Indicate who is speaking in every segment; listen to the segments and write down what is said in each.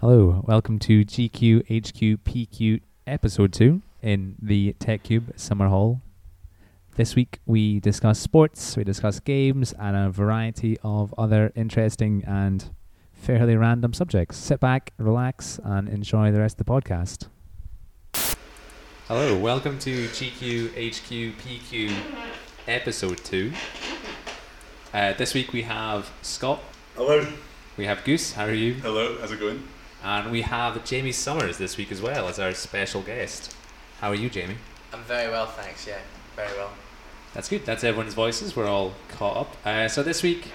Speaker 1: Hello, welcome to GQ HQ PQ episode 2 in the Tech Cube Summer Hall. This week we discuss sports, we discuss games, and a variety of other interesting and fairly random subjects. Sit back, relax, and enjoy the rest of the podcast. Hello, welcome to GQ HQ PQ episode 2. Uh, this week we have Scott,
Speaker 2: Hello.
Speaker 1: we have Goose, how are you?
Speaker 2: Hello, how's it going?
Speaker 1: And we have Jamie Summers this week as well as our special guest. How are you, Jamie?
Speaker 3: I'm very well, thanks. Yeah, very well.
Speaker 1: That's good. That's everyone's voices. We're all caught up. Uh, so this week,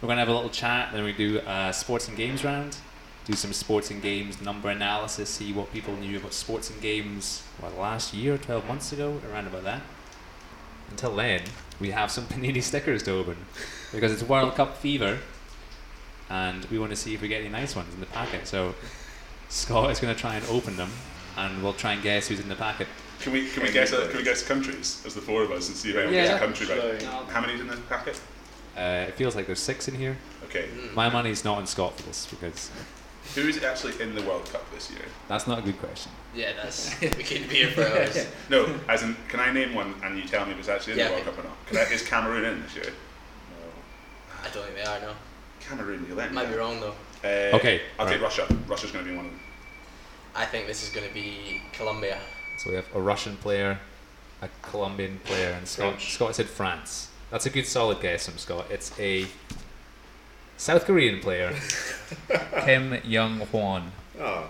Speaker 1: we're going to have a little chat, then we do a sports and games round, do some sports and games number analysis, see what people knew about sports and games what, last year, 12 months ago, around about that. Until then, we have some Panini stickers to open because it's World Cup fever and we want to see if we get any nice ones in the packet. So Scott is going to try and open them and we'll try and guess who's in the packet.
Speaker 2: Can we can we guess uh, can we guess countries as the four of us and see if anyone
Speaker 1: Yeah.
Speaker 2: gets a country right?
Speaker 3: Sure.
Speaker 2: How many's in the packet?
Speaker 1: Uh, it feels like there's six in here.
Speaker 2: Okay.
Speaker 3: Mm.
Speaker 1: My money's not on Scott for this because
Speaker 2: Who's actually in the World Cup this year?
Speaker 1: that's not a good question.
Speaker 3: Yeah, that's we could be here for hours.
Speaker 2: No, as in can I name one and you tell me if it's actually in
Speaker 3: Yeah.
Speaker 2: the World Cup or not? Can I, is Cameroon in this year? No.
Speaker 3: I don't think they are. No,
Speaker 2: Cameroon, you let me.
Speaker 3: might be
Speaker 2: down.
Speaker 3: wrong though.
Speaker 2: Uh,
Speaker 1: Okay,
Speaker 2: I'll
Speaker 1: right.
Speaker 2: take Russia. Russia's going to be one of them.
Speaker 3: I think this is going to be Colombia.
Speaker 1: So we have a Russian player, a Colombian player, and Scott.
Speaker 2: French.
Speaker 1: Scott said France. That's a good solid guess from Scott. It's a South Korean player, Kim Young Hwan.
Speaker 2: Oh.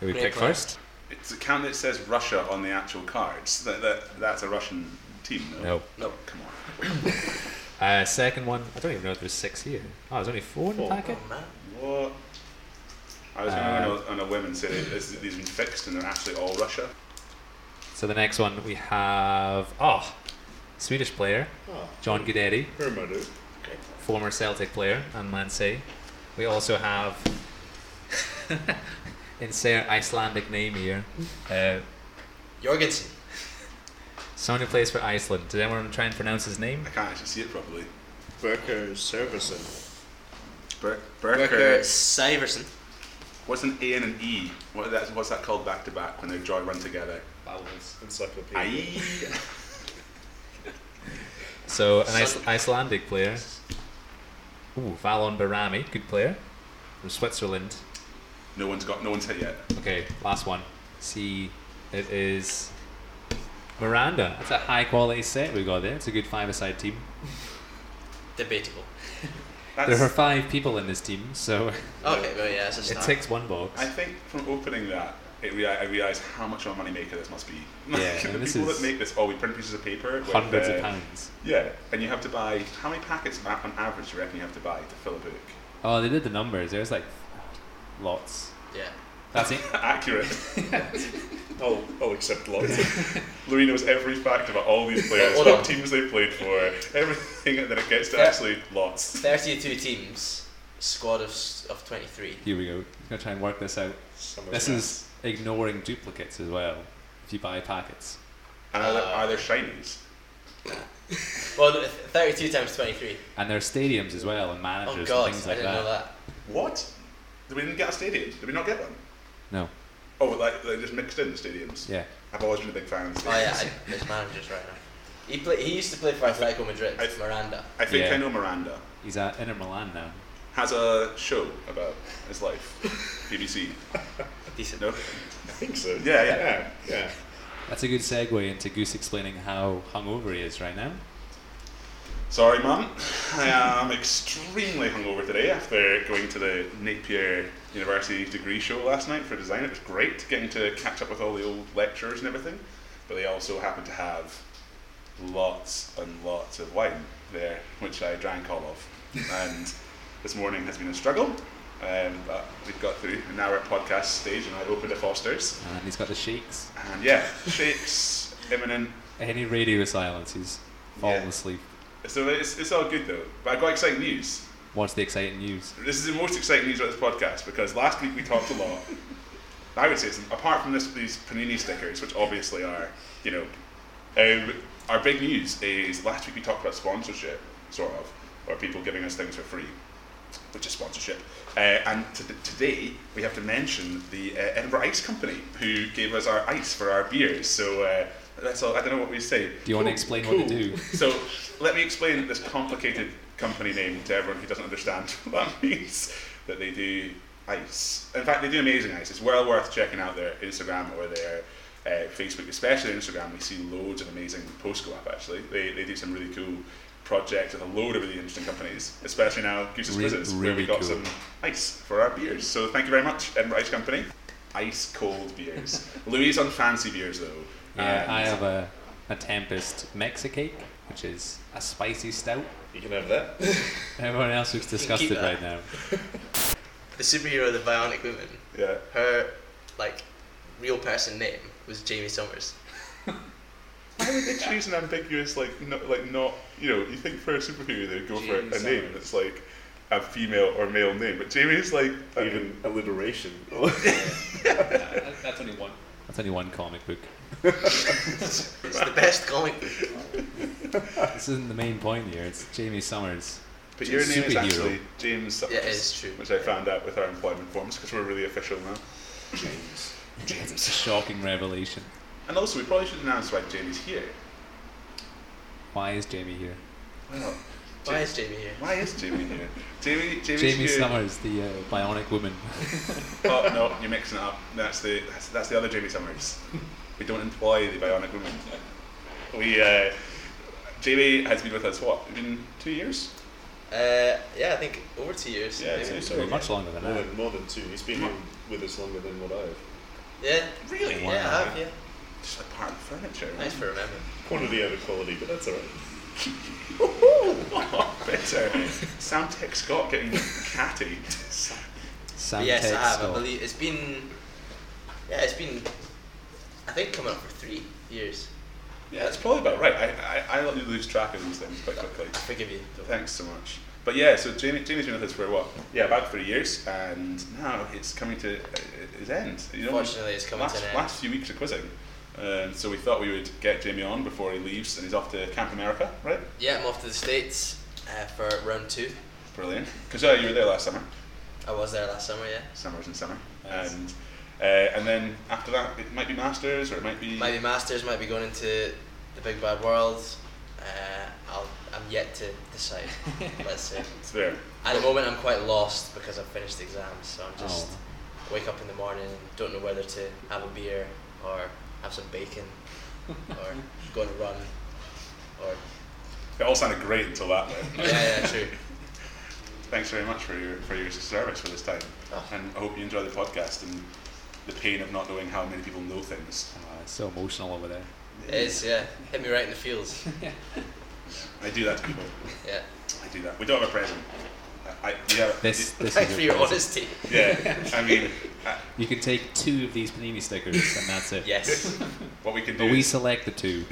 Speaker 1: Who we
Speaker 3: Great
Speaker 1: pick
Speaker 3: player.
Speaker 1: first?
Speaker 2: It's a count that says Russia on the actual cards. That, that that's a Russian team. No.
Speaker 1: No.
Speaker 3: No.
Speaker 2: Come on.
Speaker 1: Uh, second one. I don't even know if there's six here. Oh, there's only four in the
Speaker 2: Four.
Speaker 1: packet.
Speaker 3: Oh, man.
Speaker 2: What? I was going
Speaker 1: Uh,
Speaker 2: to go on a, on a women's city. This, these have been fixed and they're actually all Russia.
Speaker 1: So the next one we have oh, Swedish player
Speaker 2: Oh,
Speaker 1: John Guderi,
Speaker 2: Hermadu.
Speaker 1: former Celtic player and Lancey. We also have insert Icelandic name here. Uh,
Speaker 3: Jorgensen.
Speaker 1: Someone who plays for Iceland. Did anyone try and pronounce his name?
Speaker 2: I can't actually see it properly.
Speaker 4: Berker Serverson.
Speaker 2: Ber-
Speaker 3: Worker
Speaker 2: Berker.
Speaker 3: Siverson.
Speaker 2: What's an A and an E? What that, what's that called back to back when they draw run together?
Speaker 1: Vowels. E.
Speaker 4: Encyclopedia.
Speaker 2: Aye.
Speaker 1: So an Ice-
Speaker 3: Son-
Speaker 1: Icelandic player. Ooh, Valon Barami, good player from Switzerland.
Speaker 2: No one's got. No one's hit yet.
Speaker 1: Okay, last one. See, it is Miranda. That's a high quality set we got there. It's a good five-a-side team.
Speaker 3: Debatable.
Speaker 2: That's,
Speaker 1: There are five people in this team, so
Speaker 3: Oh, Okay, well yeah, it's a
Speaker 1: it
Speaker 3: start.
Speaker 1: ticks one box.
Speaker 2: I think from opening that, it rea- I realised how much of a money maker this must be. Like,
Speaker 1: Yeah,
Speaker 2: the
Speaker 1: and this
Speaker 2: people
Speaker 1: is
Speaker 2: that make this, oh, we print pieces of paper. with,
Speaker 1: Hundreds
Speaker 2: uh,
Speaker 1: of pounds.
Speaker 2: Yeah, and you have to buy. How many packets a- on average do you reckon you have to buy to fill a book?
Speaker 1: Oh, they did the numbers. There's like lots.
Speaker 3: yeah.
Speaker 1: That's it.
Speaker 2: Accurate. Oh,
Speaker 4: I'll, I'll accept lots.
Speaker 2: Louis knows every fact about all these players,
Speaker 3: Hold
Speaker 2: what
Speaker 3: on.
Speaker 2: teams they played for, everything, and then it gets to
Speaker 3: Yeah.
Speaker 2: actually lots.
Speaker 3: Thirty-two teams, squad of s- of twenty-three.
Speaker 1: Here we go. I'm gonna try and work this out.
Speaker 4: Some of
Speaker 1: This
Speaker 4: them.
Speaker 1: is ignoring duplicates as well. If you buy packets,
Speaker 2: And are, there,
Speaker 3: Uh,
Speaker 2: are there shinies?
Speaker 3: Well, th- thirty-two times twenty-three.
Speaker 1: and there are stadiums as well, and
Speaker 3: Oh
Speaker 1: managers
Speaker 3: God,
Speaker 1: and things
Speaker 3: I
Speaker 1: like
Speaker 3: didn't
Speaker 1: that.
Speaker 3: know that.
Speaker 2: What? Did we didn't get a stadium? Did we not get one?
Speaker 1: No,
Speaker 2: Oh, like they just mixed in the stadiums.
Speaker 1: yeah,
Speaker 2: I've always been a big fan of
Speaker 3: Oh yeah,
Speaker 2: stadiums.
Speaker 3: I, his manager's right now. He play, He used to play for Atletico Madrid.
Speaker 2: I-
Speaker 3: Miranda.
Speaker 2: I think
Speaker 1: Yeah.
Speaker 2: I know Miranda
Speaker 1: he's at Inter Milan now.
Speaker 2: has a show about his life. BBC.
Speaker 3: Decent.
Speaker 2: No.
Speaker 4: I think so.
Speaker 2: Yeah, yeah.
Speaker 4: Yeah, yeah.
Speaker 1: That's a good segue into Goose explaining how hungover he is right now.
Speaker 2: Sorry, mum. I am extremely hungover today after going to the Napier University degree show last night for design. It was great getting to catch up with all the old lecturers and everything, but they also happened to have lots and lots of wine there, which I drank all of. And this morning has been a struggle, um, but we've got through. And now we're at podcast stage, and I opened a Foster's.
Speaker 1: And he's got the shakes.
Speaker 2: And yeah, shakes, imminent,
Speaker 1: Any radio silence, he's fallen
Speaker 2: Yeah.
Speaker 1: asleep.
Speaker 2: so it's, it's all good though. But I've got exciting news.
Speaker 1: What's the exciting news?
Speaker 2: This is the most exciting news about this podcast because last week we talked a lot. I would say, it's- apart from this, these Panini stickers, which obviously are, you know, um, our big news is last week we talked about sponsorship, sort of, or people giving us things for free. which is sponsorship. Uh, and t- today we have to mention the uh, Edinburgh Ice Company, who gave us our ice for our beers. So uh, that's all. I don't know what we say.
Speaker 1: Do you want to explain what they do?
Speaker 2: So let me explain this complicated company name to everyone who doesn't understand what that means. That they do ice. In fact, they do amazing ice. It's well worth checking out their Instagram or their uh, Facebook, especially Instagram. We see loads of amazing posts go up. Actually, they, they do some really cool projects with a load of really interesting companies. Especially now Goose's
Speaker 1: Really-
Speaker 2: Quizzes, where
Speaker 1: really
Speaker 2: we got
Speaker 1: cool.
Speaker 2: some ice for our beers. So thank you very much, Edinburgh Ice Company. Ice cold beers. Louis on fancy beers though.
Speaker 1: Yeah,
Speaker 2: and-
Speaker 1: I have a, a Tempest Mexicake, which is a spicy stout.
Speaker 4: You can have that.
Speaker 1: Everyone else looks disgusted
Speaker 3: that.
Speaker 1: right now.
Speaker 3: The superhero, the Bionic Woman,
Speaker 2: yeah.
Speaker 3: her like real person name was Jamie Summers.
Speaker 2: Why would they choose an ambiguous, like, not, like not, you know, you think for a superhero they'd go for a,
Speaker 3: Jamie
Speaker 2: name
Speaker 3: Summers.
Speaker 2: that's like a female or male name, but Jamie's like, I
Speaker 4: Even alliteration.
Speaker 1: that's only one. That's only one comic book.
Speaker 3: It's the best comic book.
Speaker 1: This isn't the main point here. It's Jamie Summers.
Speaker 2: but your name is
Speaker 1: superhero.
Speaker 2: actually James Summers,
Speaker 3: Yeah, it is true.
Speaker 2: which I found out with our employment forms because we're really official now.
Speaker 4: James.
Speaker 1: It's a shocking revelation.
Speaker 2: And also, we probably should announce why Jamie's here.
Speaker 1: Why is Jamie here?
Speaker 2: Well,
Speaker 3: Why is Jamie here?
Speaker 2: why is Jamie here? Jamie, Jamie's
Speaker 1: Jamie
Speaker 2: here.
Speaker 1: Summers, the uh, bionic woman.
Speaker 2: Oh no, you're mixing it up. That's the that's, that's the other Jamie Summers. We don't employ the bionic woman. We uh, Jamie has been with us what? It's been two years.
Speaker 3: Uh, yeah, I think over two years.
Speaker 2: Yeah,
Speaker 3: maybe.
Speaker 2: two years.
Speaker 1: Well, much longer than
Speaker 4: More
Speaker 1: that.
Speaker 4: than, more than two. He's been with us longer than what I've.
Speaker 3: yeah.
Speaker 2: Really?
Speaker 1: Wow.
Speaker 3: Yeah, I have, yeah.
Speaker 2: Just like part of the furniture.
Speaker 3: Thanks for remembering.
Speaker 4: Quantity over quality, but that's alright.
Speaker 2: Oh, better. Sam Tech Scott getting catty.
Speaker 1: Sam Oh,
Speaker 3: yes, I
Speaker 1: Ted
Speaker 3: have. I
Speaker 1: Scott.
Speaker 3: believe it's been. Yeah, it's been. I think coming up for three years.
Speaker 2: Yeah, that's probably about right. I, I, I lose track of these things quite quickly.
Speaker 3: I forgive you. Though.
Speaker 2: Thanks so much. But yeah, so Jamie, Jamie's been with us for what? Yeah, about three years, and now it's coming to uh, its end. You know,
Speaker 3: Unfortunately, it's coming
Speaker 2: last,
Speaker 3: to an end.
Speaker 2: Last few weeks of quizzing, um, so we thought we would get Jamie on before he leaves, and he's off to Camp America, right?
Speaker 3: Yeah, I'm off to the states uh, for round two.
Speaker 2: Brilliant. Because uh, you were there last summer,
Speaker 3: I was there last summer. Yeah.
Speaker 2: summers and summer,
Speaker 1: Nice.
Speaker 2: and uh, and then after that, it might be masters or it might be.
Speaker 3: Might be masters. Might be going into the big bad world. Uh, I'll, I'm yet to decide. let's say.
Speaker 2: It's there.
Speaker 3: At the moment, I'm quite lost because I've finished the exams, so I'm just
Speaker 1: Oh.
Speaker 3: wake up in the morning and don't know whether to have a beer or have some bacon or go and run or
Speaker 2: It all sounded great until that. Then.
Speaker 3: yeah, yeah, true.
Speaker 2: Thanks very much for your for your service for this time,
Speaker 3: Oh.
Speaker 2: and I hope you enjoy the podcast and the pain of not knowing how many people know things.
Speaker 1: Oh, it's so emotional over there.
Speaker 3: It is, yeah. Hit me right in the feels.
Speaker 2: I do that to people.
Speaker 3: Yeah.
Speaker 2: I do that. We don't have a present. I, I yeah.
Speaker 1: This, this
Speaker 3: Thanks
Speaker 1: is
Speaker 3: for your
Speaker 1: present.
Speaker 3: honesty.
Speaker 2: Yeah. I mean, uh,
Speaker 1: You can take two of these panini stickers, and that's it.
Speaker 3: Yes.
Speaker 2: what we can do.
Speaker 1: But we
Speaker 2: is
Speaker 1: select the two.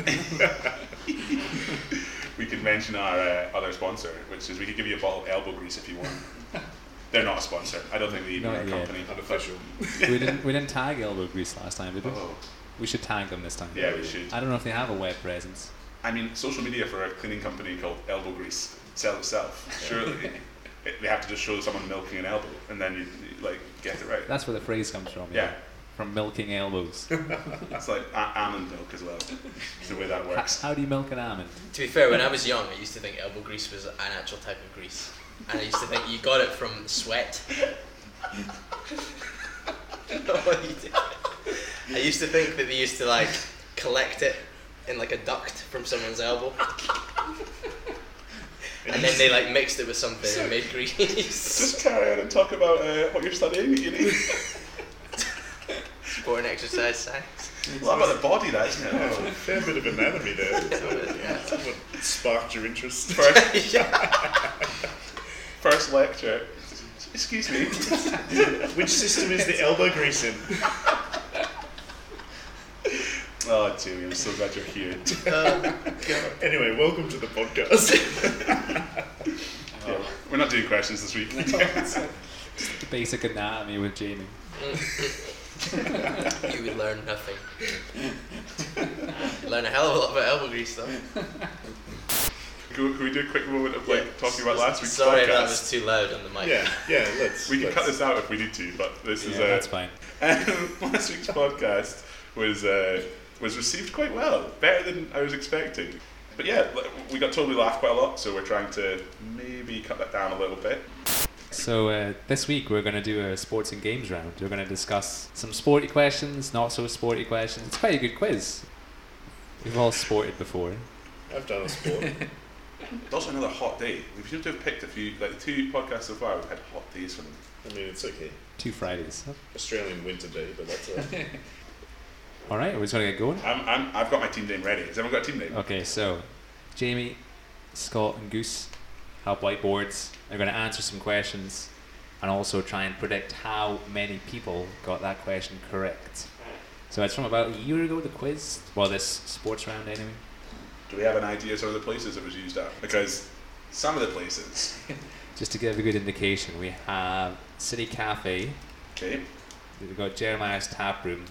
Speaker 2: we can mention our uh, other sponsor, which is we could give you a bottle of elbow grease if you want. They're not a sponsor. I don't think they even
Speaker 1: Not
Speaker 2: are a
Speaker 1: yet.
Speaker 2: company.
Speaker 4: Unofficial.
Speaker 1: we didn't. We didn't tag Elbow Grease last time, did we?
Speaker 2: Oh.
Speaker 1: We should tag them this time.
Speaker 2: Yeah, we should.
Speaker 1: I don't know if they have a web presence.
Speaker 2: I mean, social media for a cleaning company called Elbow Grease sells itself. Surely, It- they have to just show someone milking an elbow, and then you, you, like get it right.
Speaker 1: That's where the phrase comes from.
Speaker 2: Yeah,
Speaker 1: From milking elbows.
Speaker 2: that's like a- almond milk as well. It's the way that
Speaker 1: How,
Speaker 2: works.
Speaker 1: how do you milk an almond?
Speaker 3: to be fair, when I was young, I used to think elbow grease was an actual type of grease. And I used to think you got it from sweat. No, you didn't. I used to think that they used to like collect it in like a duct from someone's elbow. And then they like mixed it with something and made grease.
Speaker 2: Just carry on and talk about uh, what you're studying at uni.
Speaker 3: Sport and exercise science.
Speaker 2: well, about the body, that isn't it?
Speaker 4: Oh, fair bit of anatomy there.
Speaker 3: Oh, Yeah.
Speaker 4: That's what sparked your interest.
Speaker 2: First,
Speaker 3: yeah.
Speaker 2: first lecture. Excuse me.
Speaker 4: Which system is the elbow grease in?
Speaker 2: Oh, Jamie, I'm so glad you're here.
Speaker 3: Oh.
Speaker 4: Anyway, welcome to the podcast.
Speaker 2: Yeah, we're not doing questions this week.
Speaker 1: The basic anatomy with Jamie.
Speaker 3: You would learn nothing. You'd learn a hell of a lot about elbow grease though.
Speaker 2: Can, can we do a quick moment of like
Speaker 3: Yeah.
Speaker 2: talking about last week's
Speaker 3: Sorry,
Speaker 2: podcast?
Speaker 3: that was too loud on the mic.
Speaker 4: Yeah, yeah, let's.
Speaker 2: we can
Speaker 4: let's-
Speaker 2: cut this out if we need to, but this
Speaker 1: Yeah,
Speaker 2: is uh,
Speaker 1: that's fine.
Speaker 2: Um, last week's podcast was uh, was received quite well, better than I was expecting. But yeah, l- we got told we laughed quite a lot, so we're trying to maybe cut that down a little bit.
Speaker 1: So uh, this week we're going to do a sports and games round. We're going to discuss some sporty questions, not so sporty questions. It's quite a good quiz. We've all sported before.
Speaker 4: I've done a sport.
Speaker 2: It's also another hot day. We seem to have picked a few, like the two podcasts so far, we've had hot days from them.
Speaker 4: I mean, it's okay.
Speaker 1: Two Fridays.
Speaker 4: Australian winter day, but that's all. right.
Speaker 1: All right, we're just going to get going.
Speaker 2: I'm, I'm, I've got my team name ready. Has everyone got a team name?
Speaker 1: Okay, so Jamie, Scott, and Goose have whiteboards. They're going to answer some questions and also try and predict how many people got that question correct. So it's from about a year ago, the quiz. Well, this sports round, anyway.
Speaker 2: Do we have an idea of some of the places it was used at? Because some of the places,
Speaker 1: Just to give a good indication, we have City Cafe,
Speaker 2: okay,
Speaker 1: we've got Jeremiah's Tap Room,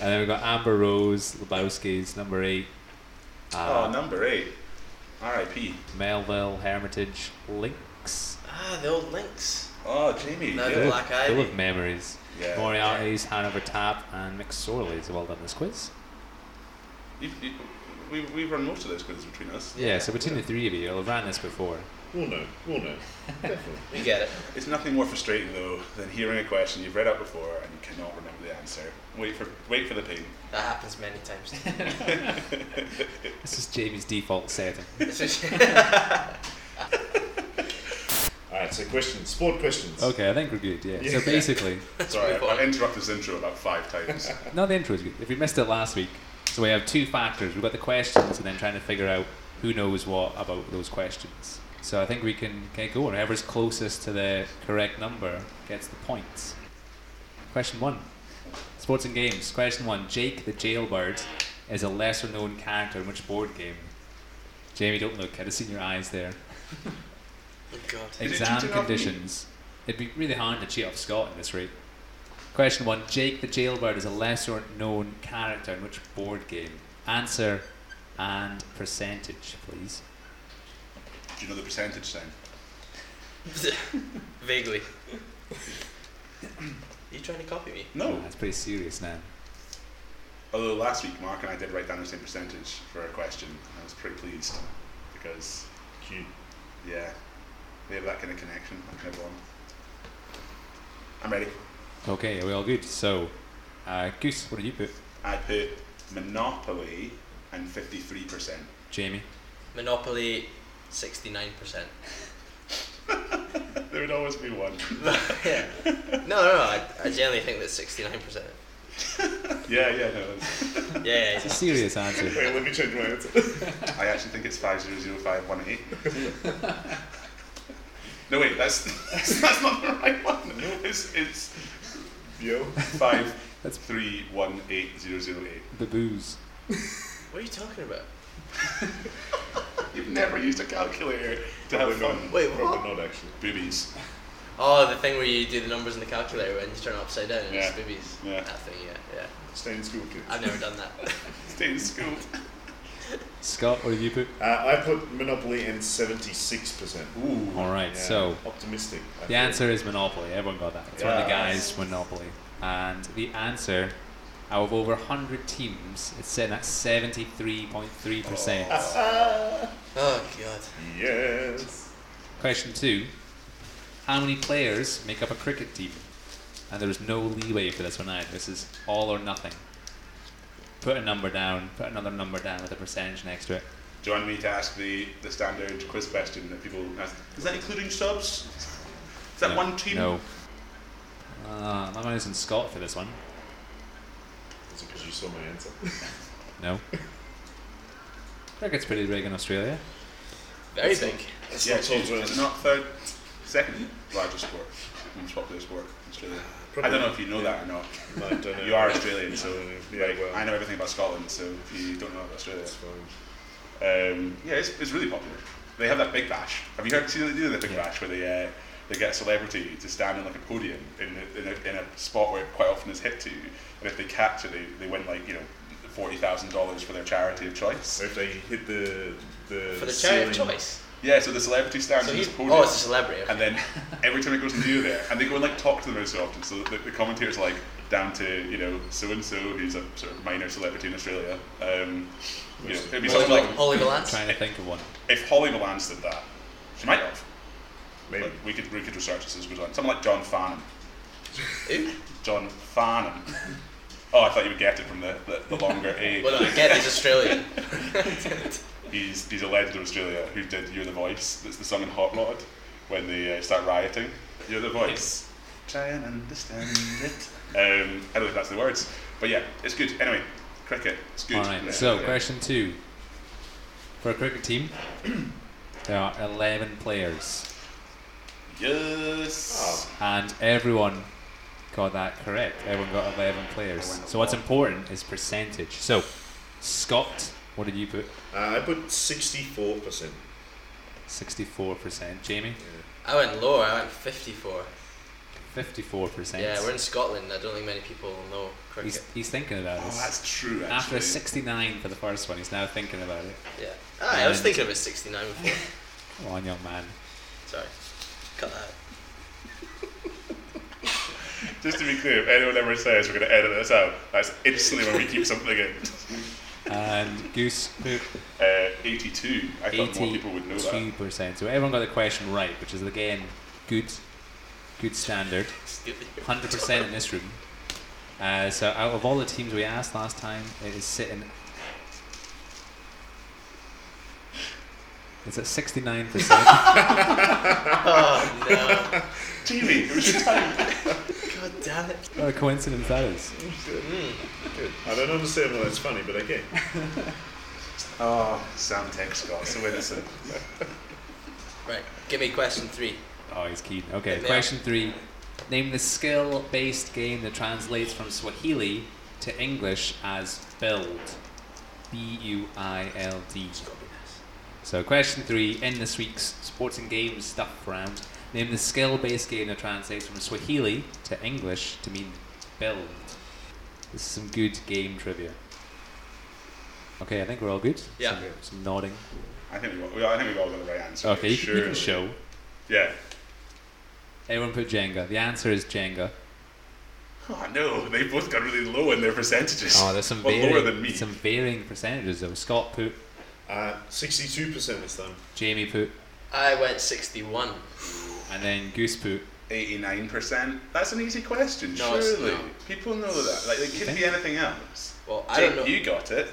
Speaker 1: and then we've got Amber Rose, Lebowski's, number eight,
Speaker 2: oh,
Speaker 1: uh,
Speaker 2: number eight, R.I.P.
Speaker 1: Melville, Hermitage, Links.
Speaker 3: Ah, the old links.
Speaker 2: Oh, Jamie,
Speaker 3: No,
Speaker 2: yeah.
Speaker 3: the Black
Speaker 1: Full
Speaker 3: Ivy.
Speaker 1: of memories.
Speaker 2: yeah.
Speaker 1: Moriarty's, Hanover Tap, and McSorley's. Well done this quiz.
Speaker 2: You, you, we, we've run most of those quizzes between us.
Speaker 1: Yeah, so between the three of you, you'll have ran this before.
Speaker 4: We'll know. We'll know. Definitely.
Speaker 3: You get it.
Speaker 2: It's nothing more frustrating though than hearing a question you've read out before and you cannot remember the answer. Wait for wait for the pain.
Speaker 3: That happens many times.
Speaker 1: This is Jamie's default setting.
Speaker 3: This is-
Speaker 4: All right. So questions. Sport questions.
Speaker 1: Okay, I think we're good, yeah.
Speaker 4: Yeah.
Speaker 1: So basically,
Speaker 2: Sorry,
Speaker 3: move
Speaker 2: I-
Speaker 3: on.
Speaker 2: I interrupted this intro about five times.
Speaker 1: no, the intro is good. If we missed it last week, so we have two factors. We've got the questions and then trying to figure out who knows what about those questions. So I think we can get going. Whoever's closest to the correct number gets the points. Question one Sports and Games. Question one Jake the Jailbird is a lesser known character in which board game? Jamie, don't look. I'd have seen your eyes there.
Speaker 3: Oh God.
Speaker 2: Is it
Speaker 1: Exam
Speaker 2: cheating off me?
Speaker 1: conditions. It'd be really hard to cheat off Scott in this rate. Question one Jake the Jailbird is a lesser known character in which board game? Answer and percentage, please.
Speaker 2: Do you know the percentage sign?
Speaker 3: Vaguely. Are you trying to copy me?
Speaker 1: Oh,
Speaker 2: No.
Speaker 1: that's pretty serious now.
Speaker 2: Although last week Mark and I did write down the same percentage for a question, and I was pretty pleased because
Speaker 4: Cute.
Speaker 2: yeah, we have that kind of connection like everyone. I'm ready.
Speaker 1: Okay, are we all good? So, uh, Goose, what did you put?
Speaker 2: I put Monopoly and fifty three percent.
Speaker 1: Jamie.
Speaker 3: Monopoly, sixty-nine percent.
Speaker 2: There would always be one.
Speaker 3: Yeah. No, no, I, I generally think that's sixty-nine percent.
Speaker 2: yeah, yeah, no. it's-
Speaker 3: Yeah, yeah,
Speaker 1: It's a
Speaker 3: yeah.
Speaker 1: serious answer.
Speaker 4: Wait, let me change my answer.
Speaker 2: I actually think it's five zero zero five one eight. No wait, that's that's not the right one. It's it's
Speaker 4: Yo.
Speaker 2: five
Speaker 1: That's
Speaker 2: three one eight zero zero eight.
Speaker 1: the booze.
Speaker 3: What are you talking about?
Speaker 2: You've never used a calculator to have fun.
Speaker 3: Wait, what?
Speaker 4: Probably not actually.
Speaker 2: Boobies.
Speaker 3: Oh, the thing where you do the numbers in the calculator and you turn it upside down and
Speaker 2: Yeah.
Speaker 3: it's boobies.
Speaker 2: Yeah.
Speaker 3: That thing, yeah, yeah.
Speaker 4: Stay in school, kids.
Speaker 3: I've never done that.
Speaker 2: Stay in school.
Speaker 1: Scott, what did you put?
Speaker 4: Uh, I put Monopoly in seventy-six percent.
Speaker 2: Ooh.
Speaker 1: All right, so
Speaker 4: optimistic. I
Speaker 1: The
Speaker 4: feel.
Speaker 1: answer is Monopoly. Everyone got that. It's one of the
Speaker 4: Yes.
Speaker 1: guys, Monopoly. And the answer, out of over 100 teams, it's sitting at 73.3%.
Speaker 3: oh God.
Speaker 4: Yes.
Speaker 1: Question two How many players make up a cricket team? And there is no leeway for this one either. This is all or nothing. Put a number down, put another number down with a percentage next to it.
Speaker 2: Do you want me to ask the, the standard quiz question that people ask? Is that including subs? Is that
Speaker 1: No.
Speaker 2: one team?
Speaker 1: No. Uh, my man is in Scott for this one.
Speaker 4: Is it because you saw my answer?
Speaker 1: No. Cricket's pretty big in Australia.
Speaker 3: Very
Speaker 4: That's
Speaker 3: big.
Speaker 4: That's
Speaker 2: Yeah,
Speaker 4: not
Speaker 2: it's,
Speaker 4: told
Speaker 2: huge.
Speaker 4: to
Speaker 2: it's not third, second largest sport, most popular sport in Australia. I don't know if you know that or not.
Speaker 4: I don't know.
Speaker 2: You are Australian, so
Speaker 4: Yeah,
Speaker 2: like,
Speaker 4: well.
Speaker 2: I know everything about Scotland. So if you don't know about Australia,
Speaker 4: That's fine.
Speaker 2: um, yeah, it's, it's really popular. They have that Big Bash. Have you heard seen them do the Big
Speaker 1: Yeah.
Speaker 2: Bash where they uh, they get a celebrity to stand on like a podium in a, in, a, in a spot where it quite often is hit to, and if they catch it, they, they win like you know forty thousand dollars for their charity of choice.
Speaker 4: If they hit the the
Speaker 3: For the
Speaker 4: ceiling,
Speaker 3: charity of choice.
Speaker 2: Yeah, so the celebrity stands
Speaker 3: So
Speaker 2: in
Speaker 3: he,
Speaker 2: this podium.
Speaker 3: oh, it's a celebrity. okay.
Speaker 2: And then every time it goes into there, and they go and like talk to them every so often. So the, the commentators like down to you know so and so, who's a sort of minor celebrity in Australia. Um, you know, it'd be
Speaker 3: Holly,
Speaker 2: something like
Speaker 3: Holly Valance.
Speaker 1: trying to think of one.
Speaker 2: if Holly Valance did that, she might have.
Speaker 4: Maybe.
Speaker 2: Like, we could we could research this as it goes on. Someone like John Farnham.
Speaker 3: Who?
Speaker 2: John Farnham. oh, I thought you would get it from the, the, the longer A.
Speaker 3: Well, no, I get it, he's Australian.
Speaker 2: he's he's a legend of Australia who did You're the Voice. That's the song in Hot Rod when they uh, start rioting. You're the Voice. Try and understand it. Um, I don't think that's the words, but yeah, it's good. Anyway, cricket, it's good.
Speaker 1: All right.
Speaker 2: Yeah,
Speaker 1: so,
Speaker 2: yeah.
Speaker 1: question two. For a cricket team, there are eleven players,
Speaker 2: Yes.
Speaker 1: and everyone got that correct. Everyone got eleven players. So, what's important is percentage. So, Scott, what did you put?
Speaker 4: Uh, I put sixty four percent.
Speaker 1: Sixty-four percent. Jamie,
Speaker 3: I went lower, I went 54.
Speaker 1: fifty-four percent.
Speaker 3: Yeah, we're in Scotland, I don't think many people know cricket.
Speaker 1: He's, he's thinking about
Speaker 2: Oh,
Speaker 1: this.
Speaker 2: that's true. Actually.
Speaker 1: After 69 for the first one, he's now thinking about it.
Speaker 3: yeah. Ah, I was
Speaker 1: Um,
Speaker 3: thinking about 69 before.
Speaker 1: Come on, young man.
Speaker 3: Sorry. Cut that out.
Speaker 2: Just to be clear, if anyone ever says we're going to edit this out, that's instantly when we keep something in.
Speaker 1: And Goose put
Speaker 2: Uh, 82. I thought more people would know that.
Speaker 1: 82%. So everyone got the question right, which is again good, good standard.
Speaker 3: Stupid.
Speaker 1: 100% in this room. Uh, so out of all the teams we asked last time, it is sitting. It's at 69%.
Speaker 3: Oh, no.
Speaker 2: Jamie, it was your time.
Speaker 3: God damn it.
Speaker 1: what a coincidence that is.
Speaker 4: Good. I don't understand why that's funny, but okay.
Speaker 2: oh, Sam Tech Scott, so innocent.
Speaker 3: Right, give me question three.
Speaker 1: Oh, he's keen. Okay,
Speaker 3: Yeah.
Speaker 1: question three. Name the skill based game that translates from Swahili to English as build. B U I L D. So, question three in this week's sports and games stuff round. Name the skill based game that translates from Swahili to English to mean build. This is some good game trivia. Okay, I think we're all good.
Speaker 3: Yeah.
Speaker 1: Some, some nodding.
Speaker 2: I think we all, we all- I think we all got the right answer.
Speaker 1: Okay, you, can- you
Speaker 2: surely.
Speaker 1: can show.
Speaker 2: Yeah.
Speaker 1: Everyone put Jenga. The answer is Jenga.
Speaker 2: Oh no, they both got really low in their percentages.
Speaker 1: Oh, there's some
Speaker 2: well,
Speaker 1: varying,
Speaker 2: lower than me.
Speaker 1: some varying percentages though. Scott put,
Speaker 4: Uh, sixty two percent this time.
Speaker 1: Jamie put,
Speaker 3: I went 61.
Speaker 1: and then Goose put.
Speaker 2: Eighty-nine percent. That's an easy question.
Speaker 3: No, it's
Speaker 2: surely
Speaker 3: not.
Speaker 2: people know that. Like, it could be anything else.
Speaker 3: Well, I don't
Speaker 2: Jake,
Speaker 3: know.
Speaker 2: You got it.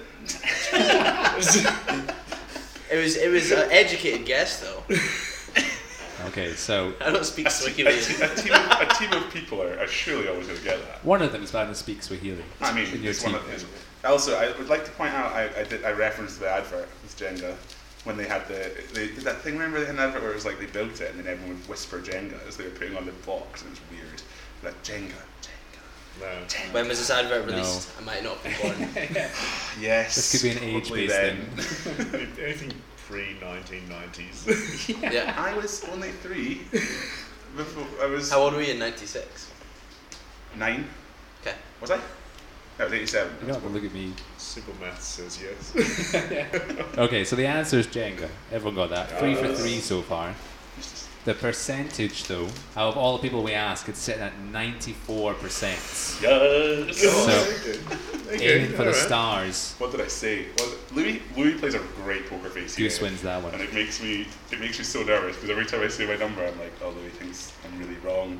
Speaker 3: It was it was an educated guess though.
Speaker 1: Okay, so
Speaker 3: I don't speak
Speaker 2: A,
Speaker 3: Swahili.
Speaker 2: t- a team, of, a team of people are, are surely always going to get that.
Speaker 1: one of them is bound to speak Swahili.
Speaker 2: I mean,
Speaker 1: in your
Speaker 2: it's one
Speaker 1: team.
Speaker 2: of his. Also, I would like to point out, I, I, did, I referenced the advert with Jenga when they had the they did that thing. Remember they had an advert where it was like they built it and then everyone would whisper Jenga as they were putting on the box, and it was weird. Like Jenga, Jenga,
Speaker 4: No.
Speaker 2: Jenga.
Speaker 3: When was this advert
Speaker 1: No.
Speaker 3: released? I might not have been born.
Speaker 2: yes,
Speaker 1: This could be an
Speaker 2: probably
Speaker 1: age-based
Speaker 2: then.
Speaker 1: thing.
Speaker 4: Anything pre nineteen nineties.
Speaker 3: yeah.
Speaker 2: I was only three. Before I was
Speaker 3: How old were you in '96?
Speaker 2: nine.
Speaker 3: Okay.
Speaker 2: Was I? No, I was eighty-seven.
Speaker 1: You don't have to look at me.
Speaker 4: Simple maths says yes.
Speaker 1: Okay, so the answer is Jenga. Everyone got that. Three for
Speaker 2: Yes.
Speaker 1: three so far. The percentage though, out of all the people we asked, it's sitting at ninety-four percent.
Speaker 2: Yes.
Speaker 1: So-
Speaker 4: okay.
Speaker 1: Aiming for the
Speaker 4: alright.
Speaker 1: stars.
Speaker 2: What did I say? Well, Louis Louis plays a great poker face.
Speaker 1: Goose
Speaker 2: here.
Speaker 1: wins that
Speaker 2: and
Speaker 1: one.
Speaker 2: it makes me it makes me so nervous because every time I say my number, I'm like, oh, Louis thinks I'm really wrong.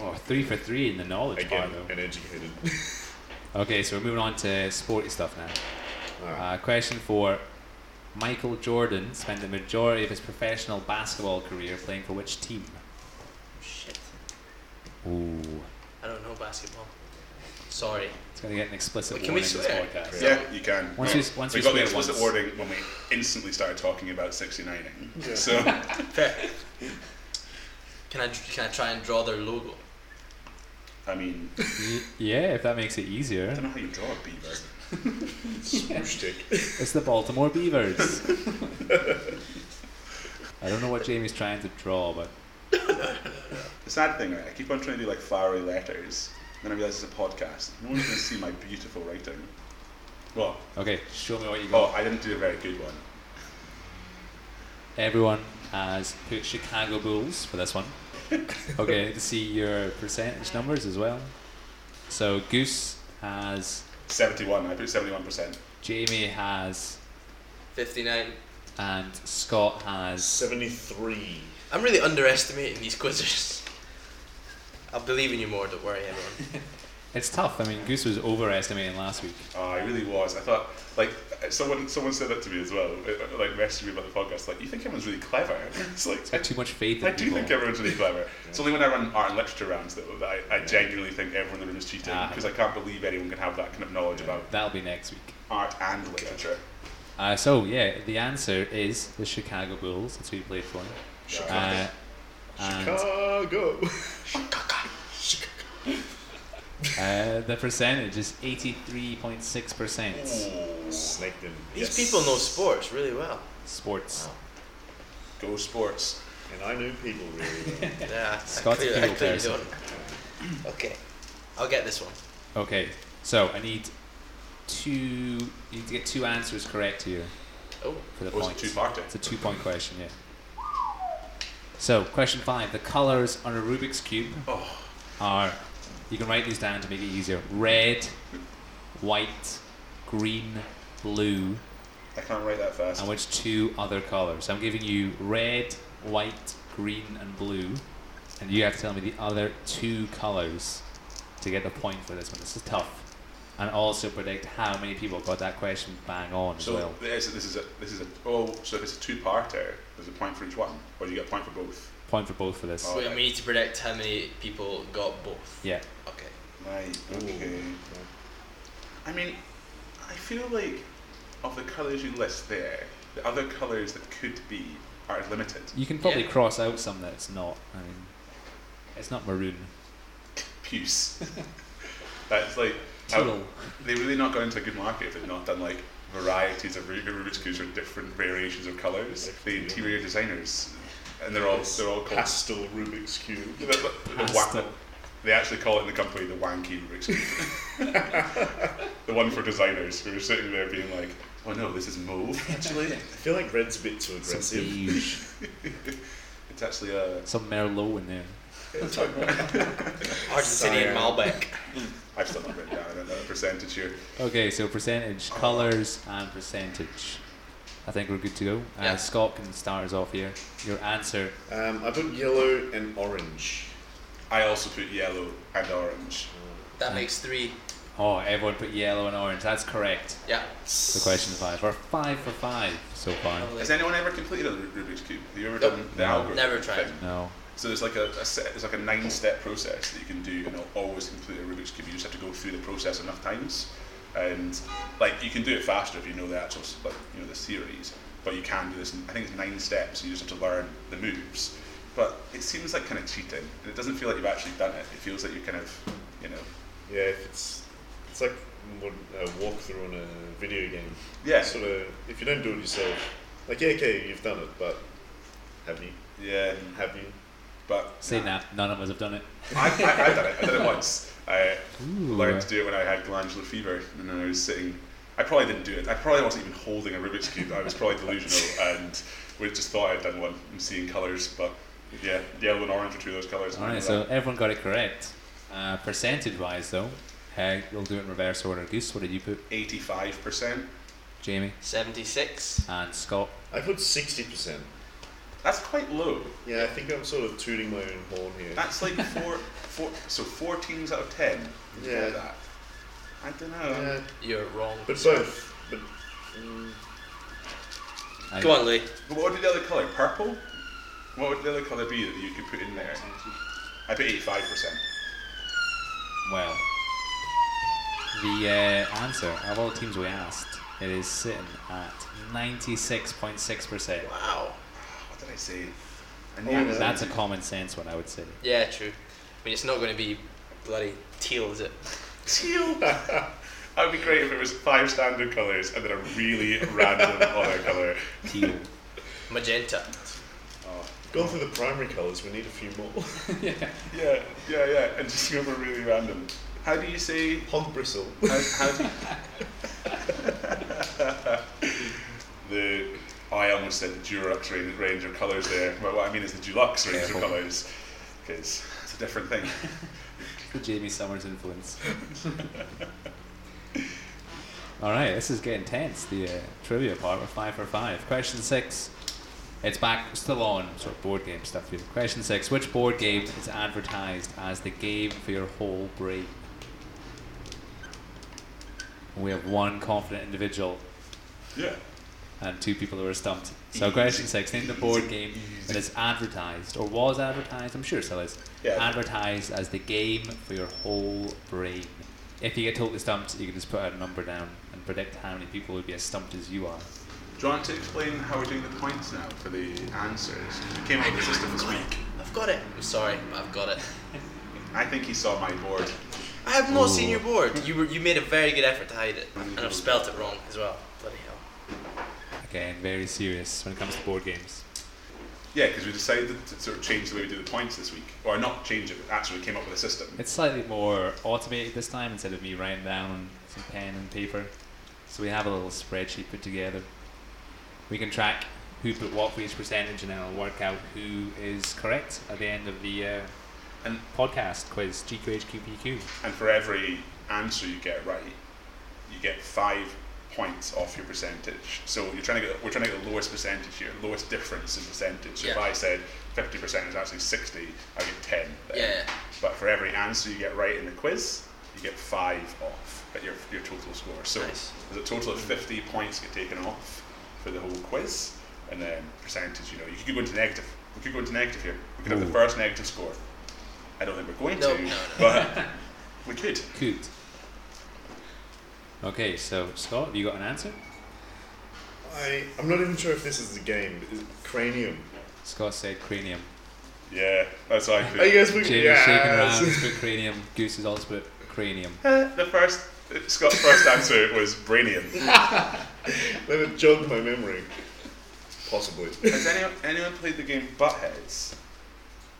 Speaker 1: Oh, three for three in the knowledge
Speaker 4: Again,
Speaker 1: part though.
Speaker 4: an educated.
Speaker 1: Okay, so we're moving on to sporty stuff now.
Speaker 4: Alright.
Speaker 1: Uh, question four. Michael Jordan spent the majority of his professional basketball career playing for which team?
Speaker 3: Shit.
Speaker 1: Ooh.
Speaker 3: I don't know basketball. Sorry.
Speaker 1: It's going to get an explicit
Speaker 3: Wait, can we
Speaker 1: warning in this
Speaker 3: swear?
Speaker 1: podcast.
Speaker 2: yeah, you can.
Speaker 1: Once
Speaker 2: No,
Speaker 1: you- once
Speaker 2: we
Speaker 1: you
Speaker 2: got the
Speaker 1: swear
Speaker 2: explicit
Speaker 1: once.
Speaker 2: warning when we instantly started talking about 69ing.
Speaker 4: Yeah.
Speaker 2: So
Speaker 3: Fair. Can I can I try and draw their logo?
Speaker 2: I mean,
Speaker 1: Y- yeah, if that makes it
Speaker 2: I
Speaker 1: easier.
Speaker 2: don't know how you draw a beaver.
Speaker 4: Swoosh tick.
Speaker 1: It's the Baltimore Beavers. I don't know what Jamie's trying to draw, but
Speaker 2: The sad thing, right? I keep on trying to do like flowery letters, Then I realised it's a podcast. No one's going to see my beautiful writing. What?
Speaker 1: Okay, show me what you got.
Speaker 2: Oh, I didn't do a very good one.
Speaker 1: Everyone has put Chicago Bulls for this one. okay, I need to see your percentage numbers as well. So Goose has,
Speaker 2: 71. I put 71%.
Speaker 1: Jamie has,
Speaker 3: 59.
Speaker 1: and Scott has.
Speaker 4: 73.
Speaker 3: I'm really underestimating these quizzes. I'll believe in you more, don't worry, everyone.
Speaker 1: It's tough. I mean, Goose was overestimating last week.
Speaker 2: Oh, I really was. I thought, like, someone someone said that to me as well. uh, Like, messaged me about the podcast. Like, you think everyone's really clever? It's like,
Speaker 1: It's got too much faith in
Speaker 2: I do
Speaker 1: people.
Speaker 2: think everyone's really clever. It's only when I run art and literature rounds though that I, I genuinely think everyone in the room is cheating
Speaker 1: Ah.
Speaker 2: because I can't believe anyone can have that kind of knowledge about
Speaker 1: That'll be next week.
Speaker 2: art and literature.
Speaker 1: Uh, so yeah, the answer is the Chicago Bulls. That's who you played for. Uh, and
Speaker 4: Chicago.
Speaker 1: uh, the percentage is eighty-three point six percent.
Speaker 2: Ooh.
Speaker 4: Snaked him.
Speaker 3: These
Speaker 4: Yes.
Speaker 3: people know sports really well.
Speaker 1: Sports.
Speaker 2: Go sports.
Speaker 4: And I know people really well.
Speaker 3: Yeah,
Speaker 1: Scott's
Speaker 3: I
Speaker 1: a
Speaker 3: clearly, I
Speaker 1: people
Speaker 3: clearly
Speaker 1: person.
Speaker 3: don't. Okay, I'll get this one.
Speaker 1: Okay, so I need two. You need to get two answers correct here
Speaker 3: Oh,
Speaker 1: for the
Speaker 2: Oh, it's a
Speaker 1: points.
Speaker 2: two-parter.
Speaker 1: It's a two-point question. Yeah. So question five: The colors on a Rubik's cube
Speaker 2: Oh,
Speaker 1: are. You can write these down to make it easier. Red, white, green, blue,
Speaker 2: I can't write that fast.
Speaker 1: and which two other colours? I'm giving you red, white, green, and blue, and you have to tell me the other two colours to get the point for this one. This is tough, and also predict how many people got that question bang on as
Speaker 2: So
Speaker 1: well.
Speaker 2: this, this is a this is a oh so if it's a two-parter, there's a point for each one, or do you get a point for both?
Speaker 1: Point for both for this.
Speaker 2: Oh.
Speaker 3: wait, we need to predict how many people got both.
Speaker 1: Yeah,
Speaker 3: Okay.
Speaker 2: Right.
Speaker 4: Ooh.
Speaker 2: Okay. I mean, I feel like of the colours you list there, the other colours that could be are limited.
Speaker 1: you can probably
Speaker 3: Yeah.
Speaker 1: cross out some that it's not. I mean, it's not maroon.
Speaker 2: Puce. That's like how-
Speaker 1: Teal.
Speaker 2: they really not got into a good market if they'd not done like varieties of Ru- Rubik's cubes or different variations of colours. The interior designers, and they're all they're all called.
Speaker 4: Pastel Rubik's Cube.
Speaker 2: The, the, the
Speaker 1: Pastel.
Speaker 2: wa- they actually call it in the company the wanky Rubik's cube. the one for designers who are sitting there being like, oh no, this is mauve. Actually,
Speaker 4: I feel like red's a bit too
Speaker 1: Some
Speaker 4: aggressive.
Speaker 1: beige,
Speaker 2: it's actually a.
Speaker 1: some merlot in there.
Speaker 3: Argentinian Malbec.
Speaker 2: I've still not written down another percentage here.
Speaker 1: Okay, so percentage, colours, and percentage. I think we're good to go. Uh,
Speaker 3: Yeah.
Speaker 1: Scott can start us off here. Your answer
Speaker 4: Um, I put yellow and orange.
Speaker 2: I also put yellow and orange.
Speaker 3: That makes three.
Speaker 1: Oh, everyone put yellow and orange. That's correct.
Speaker 3: Yeah.
Speaker 1: So question five. Or five for five so far.
Speaker 2: Has anyone ever completed a Ru- Rubik's cube? Have you ever
Speaker 3: Nope.
Speaker 2: done the
Speaker 1: No.
Speaker 2: algorithm?
Speaker 3: Never tried.
Speaker 2: thing?
Speaker 1: No.
Speaker 2: So there's like a, a set, there's like a nine-step process that you can do, and it'll always complete a Rubik's cube. You just have to go through the process enough times, and like you can do it faster if you know the actual, s- like you know the theories. But you can do this. In, I think it's nine steps. You just have to learn the moves. But it seems like kind of cheating, and it doesn't feel like you've actually done it. It feels like you're kind of, you know,
Speaker 4: Yeah, if it's it's like what- a walkthrough on a video game.
Speaker 2: yeah,
Speaker 4: Sort of, if you don't do it yourself, like yeah, okay, you've done it, but have you?
Speaker 2: yeah.
Speaker 4: Have you?
Speaker 2: But
Speaker 1: Say that. None of us have done it.
Speaker 2: I, I, I've done it. I did it once. I
Speaker 1: Ooh.
Speaker 2: learned to do it when I had glandular fever, and then I was sitting. I probably didn't do it. I probably wasn't even holding a Rubik's cube. I was probably delusional, and we just thought I'd done one and seeing colours. But yeah, yellow and orange are two of those colours. and I
Speaker 1: Alright,
Speaker 2: know
Speaker 1: so
Speaker 2: that.
Speaker 1: everyone got it correct. Uh, percentage wise though, uh, we'll do it in reverse order. Goose, what did you put?
Speaker 2: eighty-five percent.
Speaker 1: Jamie
Speaker 3: 76.
Speaker 1: and Scott.
Speaker 4: I put sixty percent.
Speaker 2: That's quite low.
Speaker 4: Yeah, I think I'm sort of tooting my own horn here.
Speaker 2: That's like four, four. So four teams out of ten.
Speaker 4: Yeah.
Speaker 2: That. I don't know.
Speaker 4: Yeah,
Speaker 3: You're wrong.
Speaker 4: but both. But mm,
Speaker 1: I-
Speaker 3: Come on, Lee.
Speaker 2: But what would be the other colour? Purple. What would the other colour be that you could put in there? I put eighty-five percent.
Speaker 1: Well, the uh, answer of all the teams we asked, it is sitting at 96.6%.
Speaker 3: Wow.
Speaker 2: What did I say? I
Speaker 4: Oh,
Speaker 2: knew it was
Speaker 1: That's a common sense one, I would say.
Speaker 3: Yeah, true. I mean, it's not going to be bloody teal, is it?
Speaker 2: teal. that would be great if it was five standard colours and then a really random other colour.
Speaker 1: Teal.
Speaker 3: Magenta.
Speaker 2: Oh,
Speaker 4: Going through the primary colours, we need a few more.
Speaker 1: yeah.
Speaker 2: Yeah, yeah, yeah. And just go for really random. How do you say?
Speaker 4: Hog bristle.
Speaker 2: How, how do you, the? Oh, I almost said the Dulux range, range of colours there, but what I mean is the Dulux range
Speaker 3: Careful.
Speaker 2: of colours, because it's a different thing.
Speaker 1: The Jamie Summers influence. All right, this is getting tense. The uh, trivia part. We're five for five. Question six. It's back, still on sort of board game stuff here. Question six: Which board game is advertised as the game for your whole brain? We have one confident individual
Speaker 2: Yeah.
Speaker 1: and two people who are stumped. So, question
Speaker 2: Easy,
Speaker 1: six: Name the board
Speaker 2: easy,
Speaker 1: game
Speaker 2: easy.
Speaker 1: that is advertised or was advertised. I'm sure it still is.
Speaker 2: Yeah.
Speaker 1: Advertised as the game for your whole brain. If you get totally stumped, you can just put a number down and predict how many people would be as stumped as you are.
Speaker 2: Do you want to explain how we're doing the points now for the answers? 'Cause We came up with the system this week.
Speaker 3: I've got it. I'm sorry, but I've got it.
Speaker 2: I think he saw my board.
Speaker 3: I have not seen
Speaker 1: Ooh.
Speaker 3: your board. You were, you made a very good effort to hide it, and I've spelt it wrong as well. Bloody hell.
Speaker 1: Again, very serious when it comes to board games.
Speaker 2: Yeah, because we decided to sort of change the way we do the points this week, or not change it, but actually came up with a system.
Speaker 1: It's slightly more automated this time instead of me writing down some pen and paper. So we have a little spreadsheet put together. We can track who put what for each percentage, and then I'll work out who is correct at the end of the uh,
Speaker 2: And-
Speaker 1: podcast quiz GQHQPQ.
Speaker 2: And for every answer you get right, you get five points off your percentage. So you're trying to get we're trying to get the lowest percentage here, lowest difference in percentage. So if
Speaker 3: Yeah.
Speaker 2: I said fifty percent is actually sixty, I get ten. Then.
Speaker 3: Yeah.
Speaker 2: But for every answer you get right in the quiz, you get five off at your your total score. So
Speaker 3: Nice.
Speaker 2: there's a total of fifty points get taken off for the whole quiz, and then percentage. You know, you could go into negative. We could go into negative here. We could have
Speaker 1: Ooh.
Speaker 2: the first negative score. I don't think we're going
Speaker 3: No,
Speaker 2: to,
Speaker 3: no, no.
Speaker 2: but we could.
Speaker 1: Coot. Okay, so Scott, have you got an answer?
Speaker 4: I, I'm not even sure if this is the game. Is it cranium?
Speaker 1: Scott said cranium.
Speaker 2: Yeah, that's what I
Speaker 4: Are you
Speaker 2: could.
Speaker 4: guys
Speaker 1: James
Speaker 4: thinking?
Speaker 1: shaking around,
Speaker 4: Yes.
Speaker 1: he's put cranium. Goose has also put cranium.
Speaker 2: the first Scott's first answer was Brainium.
Speaker 4: Then it jogged my memory. Possibly.
Speaker 2: Has anyone, anyone played the game Buttheads?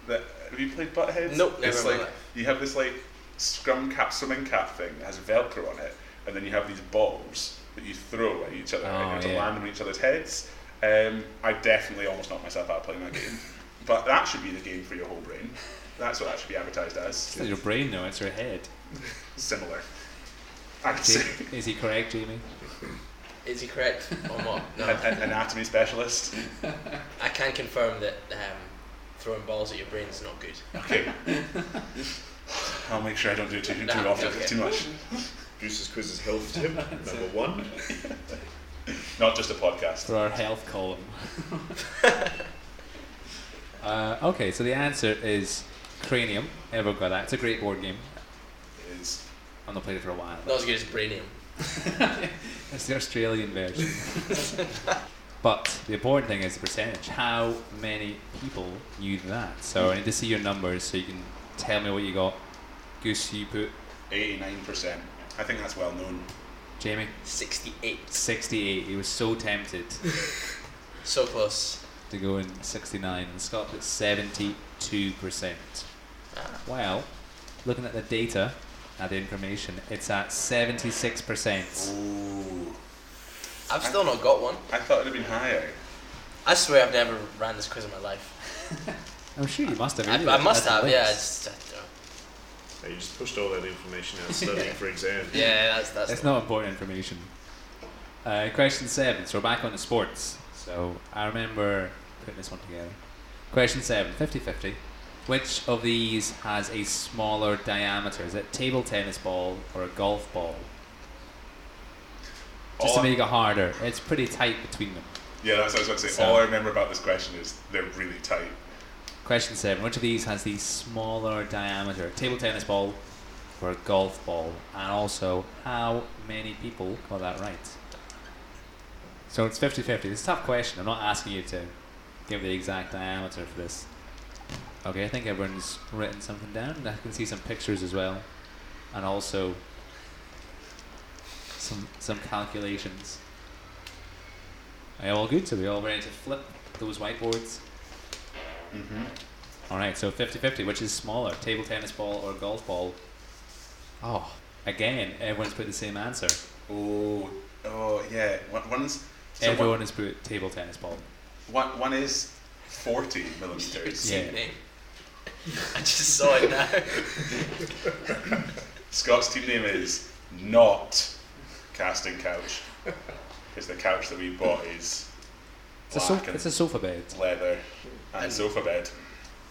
Speaker 2: That, have you played Buttheads?
Speaker 3: Nope, never
Speaker 2: It's
Speaker 3: in my
Speaker 2: like
Speaker 3: life.
Speaker 2: you have this like scrum cap, swimming cap thing that has Velcro on it, and then you have these balls that you throw at each other, and
Speaker 1: Oh,
Speaker 2: you have to
Speaker 1: yeah.
Speaker 2: land on each other's heads. Um, I definitely almost knocked myself out playing that game, but that should be the game for your whole brain. That's what that should be advertised
Speaker 1: It's
Speaker 2: as.
Speaker 1: not your brain, though, it's your head.
Speaker 2: Similar. I could
Speaker 1: Ja-
Speaker 2: say
Speaker 1: Is he correct, Jamie?
Speaker 3: Is he correct or not?
Speaker 2: an,
Speaker 3: No.
Speaker 2: an anatomy specialist.
Speaker 3: I can confirm that um, throwing balls at your brain is not good.
Speaker 2: Okay. I'll make sure I don't do it too, too
Speaker 3: Nah,
Speaker 2: often,
Speaker 3: okay.
Speaker 2: too much.
Speaker 4: Goose's quiz is health tip number one.
Speaker 2: Not just a podcast.
Speaker 1: for our health column. uh, okay, so the answer is Cranium. Everyone got that. It's a great board game.
Speaker 2: It's
Speaker 1: I've not played it for a while.
Speaker 3: Not as good as Brainium.
Speaker 1: It's the Australian version. but the important thing is the percentage. How many people knew that? So I need to see your numbers so you can tell me what you got. Goose, you put
Speaker 2: 89%. I think that's well known.
Speaker 1: Jamie
Speaker 3: 68.
Speaker 1: 68. He was so tempted
Speaker 3: So close.
Speaker 1: to go in 69, and Scott put 72%.
Speaker 3: Ah,
Speaker 1: Well, looking at the data, at the information, it's at 76%.
Speaker 2: Ooh.
Speaker 3: I've still not got one.
Speaker 2: I thought it would have been higher.
Speaker 3: I swear I've never ran this quiz in my life.
Speaker 1: I'm sure you must have.
Speaker 3: I,
Speaker 1: really
Speaker 3: I must
Speaker 1: looked at
Speaker 3: have,
Speaker 1: the
Speaker 3: yeah. I
Speaker 1: links.
Speaker 3: just, I don't know.
Speaker 4: Hey, you just pushed all that information out studying for exam.
Speaker 3: Yeah, that's that's.
Speaker 1: It's not important information. Uh, question seven. So we're back on the sports. So I remember putting this one together. Question seven, 50 50. Which of these has a smaller diameter? Is it a table tennis ball or a golf ball? Just
Speaker 2: All-
Speaker 1: to make it harder, it's pretty tight between them.
Speaker 2: Yeah, that's what I was about to say.
Speaker 1: So-
Speaker 2: All I remember about this question is they're really tight.
Speaker 1: Question seven: Which of these has the smaller diameter? Table tennis ball or a golf ball? And also, how many people got that right? So it's 50 50. It's a tough question. I'm not asking you to give the exact diameter for this. Okay, I think everyone's written something down. and I can see some pictures as well. And also some some calculations. Are you all good? So we all ready to flip those whiteboards?
Speaker 2: Mm-hmm.
Speaker 1: All right, so 50-50, which is smaller, table tennis ball or golf ball? Oh, again, everyone's put the same answer.
Speaker 2: Oh, oh yeah. One, one's so
Speaker 1: Everyone
Speaker 2: one,
Speaker 1: has put table tennis ball.
Speaker 2: one, one is forty millimeters.
Speaker 1: Yeah.
Speaker 3: Name. I just saw it now.
Speaker 2: Scott's team name is not Casting Couch because the couch that we bought is
Speaker 1: It's a,
Speaker 2: black
Speaker 1: sofa,
Speaker 2: and
Speaker 1: it's a sofa bed.
Speaker 2: leather and sofa bed.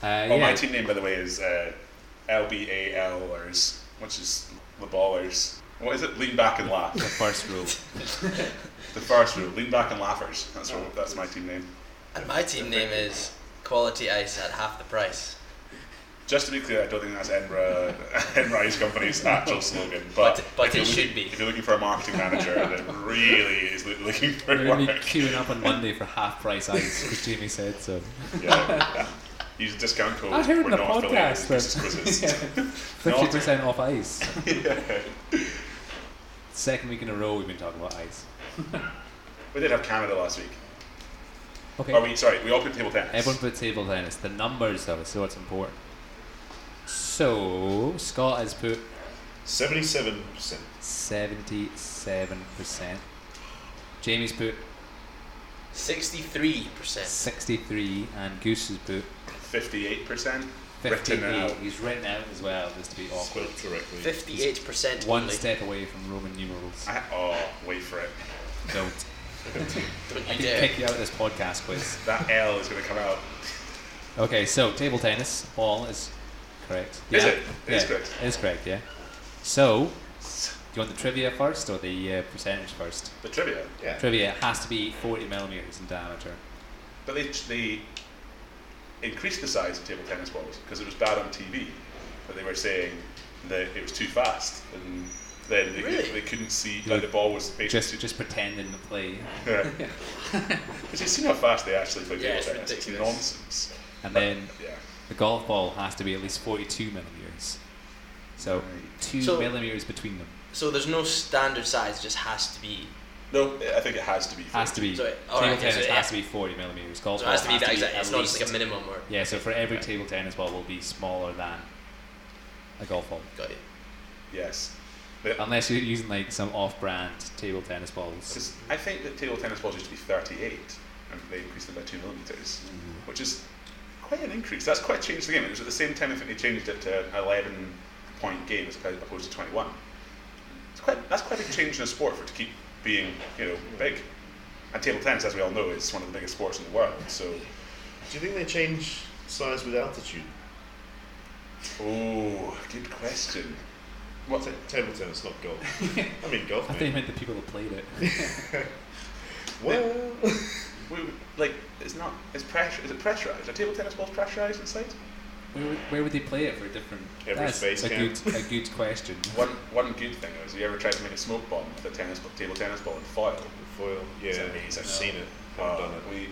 Speaker 1: Uh,
Speaker 2: Oh, my
Speaker 1: yeah.
Speaker 2: team name by the way is uh, LBALers, which is the ballers. What is it? Lean back and laugh.
Speaker 1: the first rule.
Speaker 2: The first rule, lean back and laughers. That's what, that's my team name.
Speaker 3: and my team name is Quality Ice at half the price.
Speaker 2: Just to be clear, I don't think that's Edinburgh, Edinburgh Ice Company's actual slogan, but,
Speaker 3: But- but
Speaker 2: if you're
Speaker 3: it
Speaker 2: looking-
Speaker 3: should be.
Speaker 2: If you're looking for a marketing manager that really is loo- looking for
Speaker 1: We're going to be
Speaker 2: work,
Speaker 1: queuing up on Monday for half price ice, because Jamie said so.
Speaker 2: yeah, use the discount code.
Speaker 1: I heard
Speaker 2: We're
Speaker 1: in a
Speaker 2: not affiliated
Speaker 1: podcast
Speaker 2: with Chris's Quizzes.
Speaker 1: that- 50% off ice.
Speaker 2: Yeah.
Speaker 1: Second week in a row we've been talking about ice.
Speaker 2: We did have Canada last week.
Speaker 1: Okay.
Speaker 2: Or we sorry, we all put table tennis.
Speaker 1: Everyone put table tennis. The numbers, though, so it's important. So, Scott has put
Speaker 4: Seventy-seven percent.
Speaker 1: 77%. Jamie's put
Speaker 3: 63%.
Speaker 1: 63, and Goose has put
Speaker 2: fifty-eight percent. Written
Speaker 1: 58.
Speaker 2: out.
Speaker 1: He's written out as well, just to be awkward.
Speaker 4: Spelled correctly.
Speaker 3: 58%
Speaker 1: One
Speaker 3: only.
Speaker 1: step away from Roman numerals.
Speaker 2: I, oh, wait for it.
Speaker 1: Don't.
Speaker 3: Don't
Speaker 1: I
Speaker 3: you
Speaker 1: can
Speaker 3: dare.
Speaker 1: kick you out of this podcast quiz.
Speaker 2: That L is going to come out.
Speaker 1: Okay, so table tennis ball is correct.
Speaker 2: Is it? It is
Speaker 1: Yeah,
Speaker 2: correct.
Speaker 1: It is correct, yeah. So, do you want the trivia first or the uh, percentage first?
Speaker 2: The trivia,
Speaker 4: Yeah.
Speaker 1: Trivia has to be 40 millimeters in diameter.
Speaker 2: but they they increased the size of table tennis balls because it was bad on TV. But they were saying that it was too fast, and then they,
Speaker 3: Really?
Speaker 2: they couldn't see
Speaker 1: Yeah.
Speaker 2: like the ball was basically
Speaker 1: Just just pretending to play.
Speaker 2: Yeah. But you see how fast they actually play table
Speaker 3: Yeah, it's
Speaker 2: tennis. It's
Speaker 3: ridiculous.
Speaker 2: nonsense.
Speaker 1: And then
Speaker 2: Yeah.
Speaker 1: the golf ball has to be at least 42 millimeters. So,
Speaker 2: Right.
Speaker 1: 2
Speaker 3: So-
Speaker 1: millimeters between them.
Speaker 3: So there's no standard size, it just has to be.
Speaker 2: No, I think it has to be.
Speaker 1: Has to be.
Speaker 3: So,
Speaker 1: table
Speaker 3: alright, okay,
Speaker 1: tennis
Speaker 3: so it-
Speaker 1: has to be 40 millimeters. Golf
Speaker 3: So it
Speaker 1: ball
Speaker 3: has to be that exact.
Speaker 1: at
Speaker 3: It's not just like a
Speaker 1: least-
Speaker 3: minimum or.
Speaker 1: Yeah, so for every
Speaker 2: Right.
Speaker 1: table tennis ball will be smaller than a golf ball.
Speaker 3: Got it.
Speaker 2: Yes. But
Speaker 1: Unless you're using like some off brand table tennis balls.
Speaker 2: Because I think that table tennis balls used to be 38, and they increased them by 2 millimetres, which is quite an increase. That's quite changed the game. It was at the same time I think they changed it to an 11 point game as opposed opposed to 21. It's quite, that's quite a big change in a sport for it to keep being, you know, big. And table tennis, as we all know, is one of the biggest sports in the world. So,
Speaker 4: Do you think they change size with altitude?
Speaker 2: oh, good question. What's it?
Speaker 4: Table tennis, not golf. I mean golf.
Speaker 1: I
Speaker 4: mate.
Speaker 1: think it meant the people that played it.
Speaker 4: Well,
Speaker 2: We, like, it's not. It's pressure. Is it pressurized? Are table tennis balls pressurized inside?
Speaker 1: Where would, where would they play it for a different?
Speaker 4: Every
Speaker 1: That's
Speaker 4: space
Speaker 1: a
Speaker 4: camp.
Speaker 1: good a good question.
Speaker 2: One one good thing is, you ever tried to make a smoke bomb with a tennis table tennis ball and foil?
Speaker 4: foil. Yeah,
Speaker 2: It's amazing.
Speaker 4: I've seen it. I've
Speaker 2: Uh,
Speaker 4: done it.
Speaker 2: we,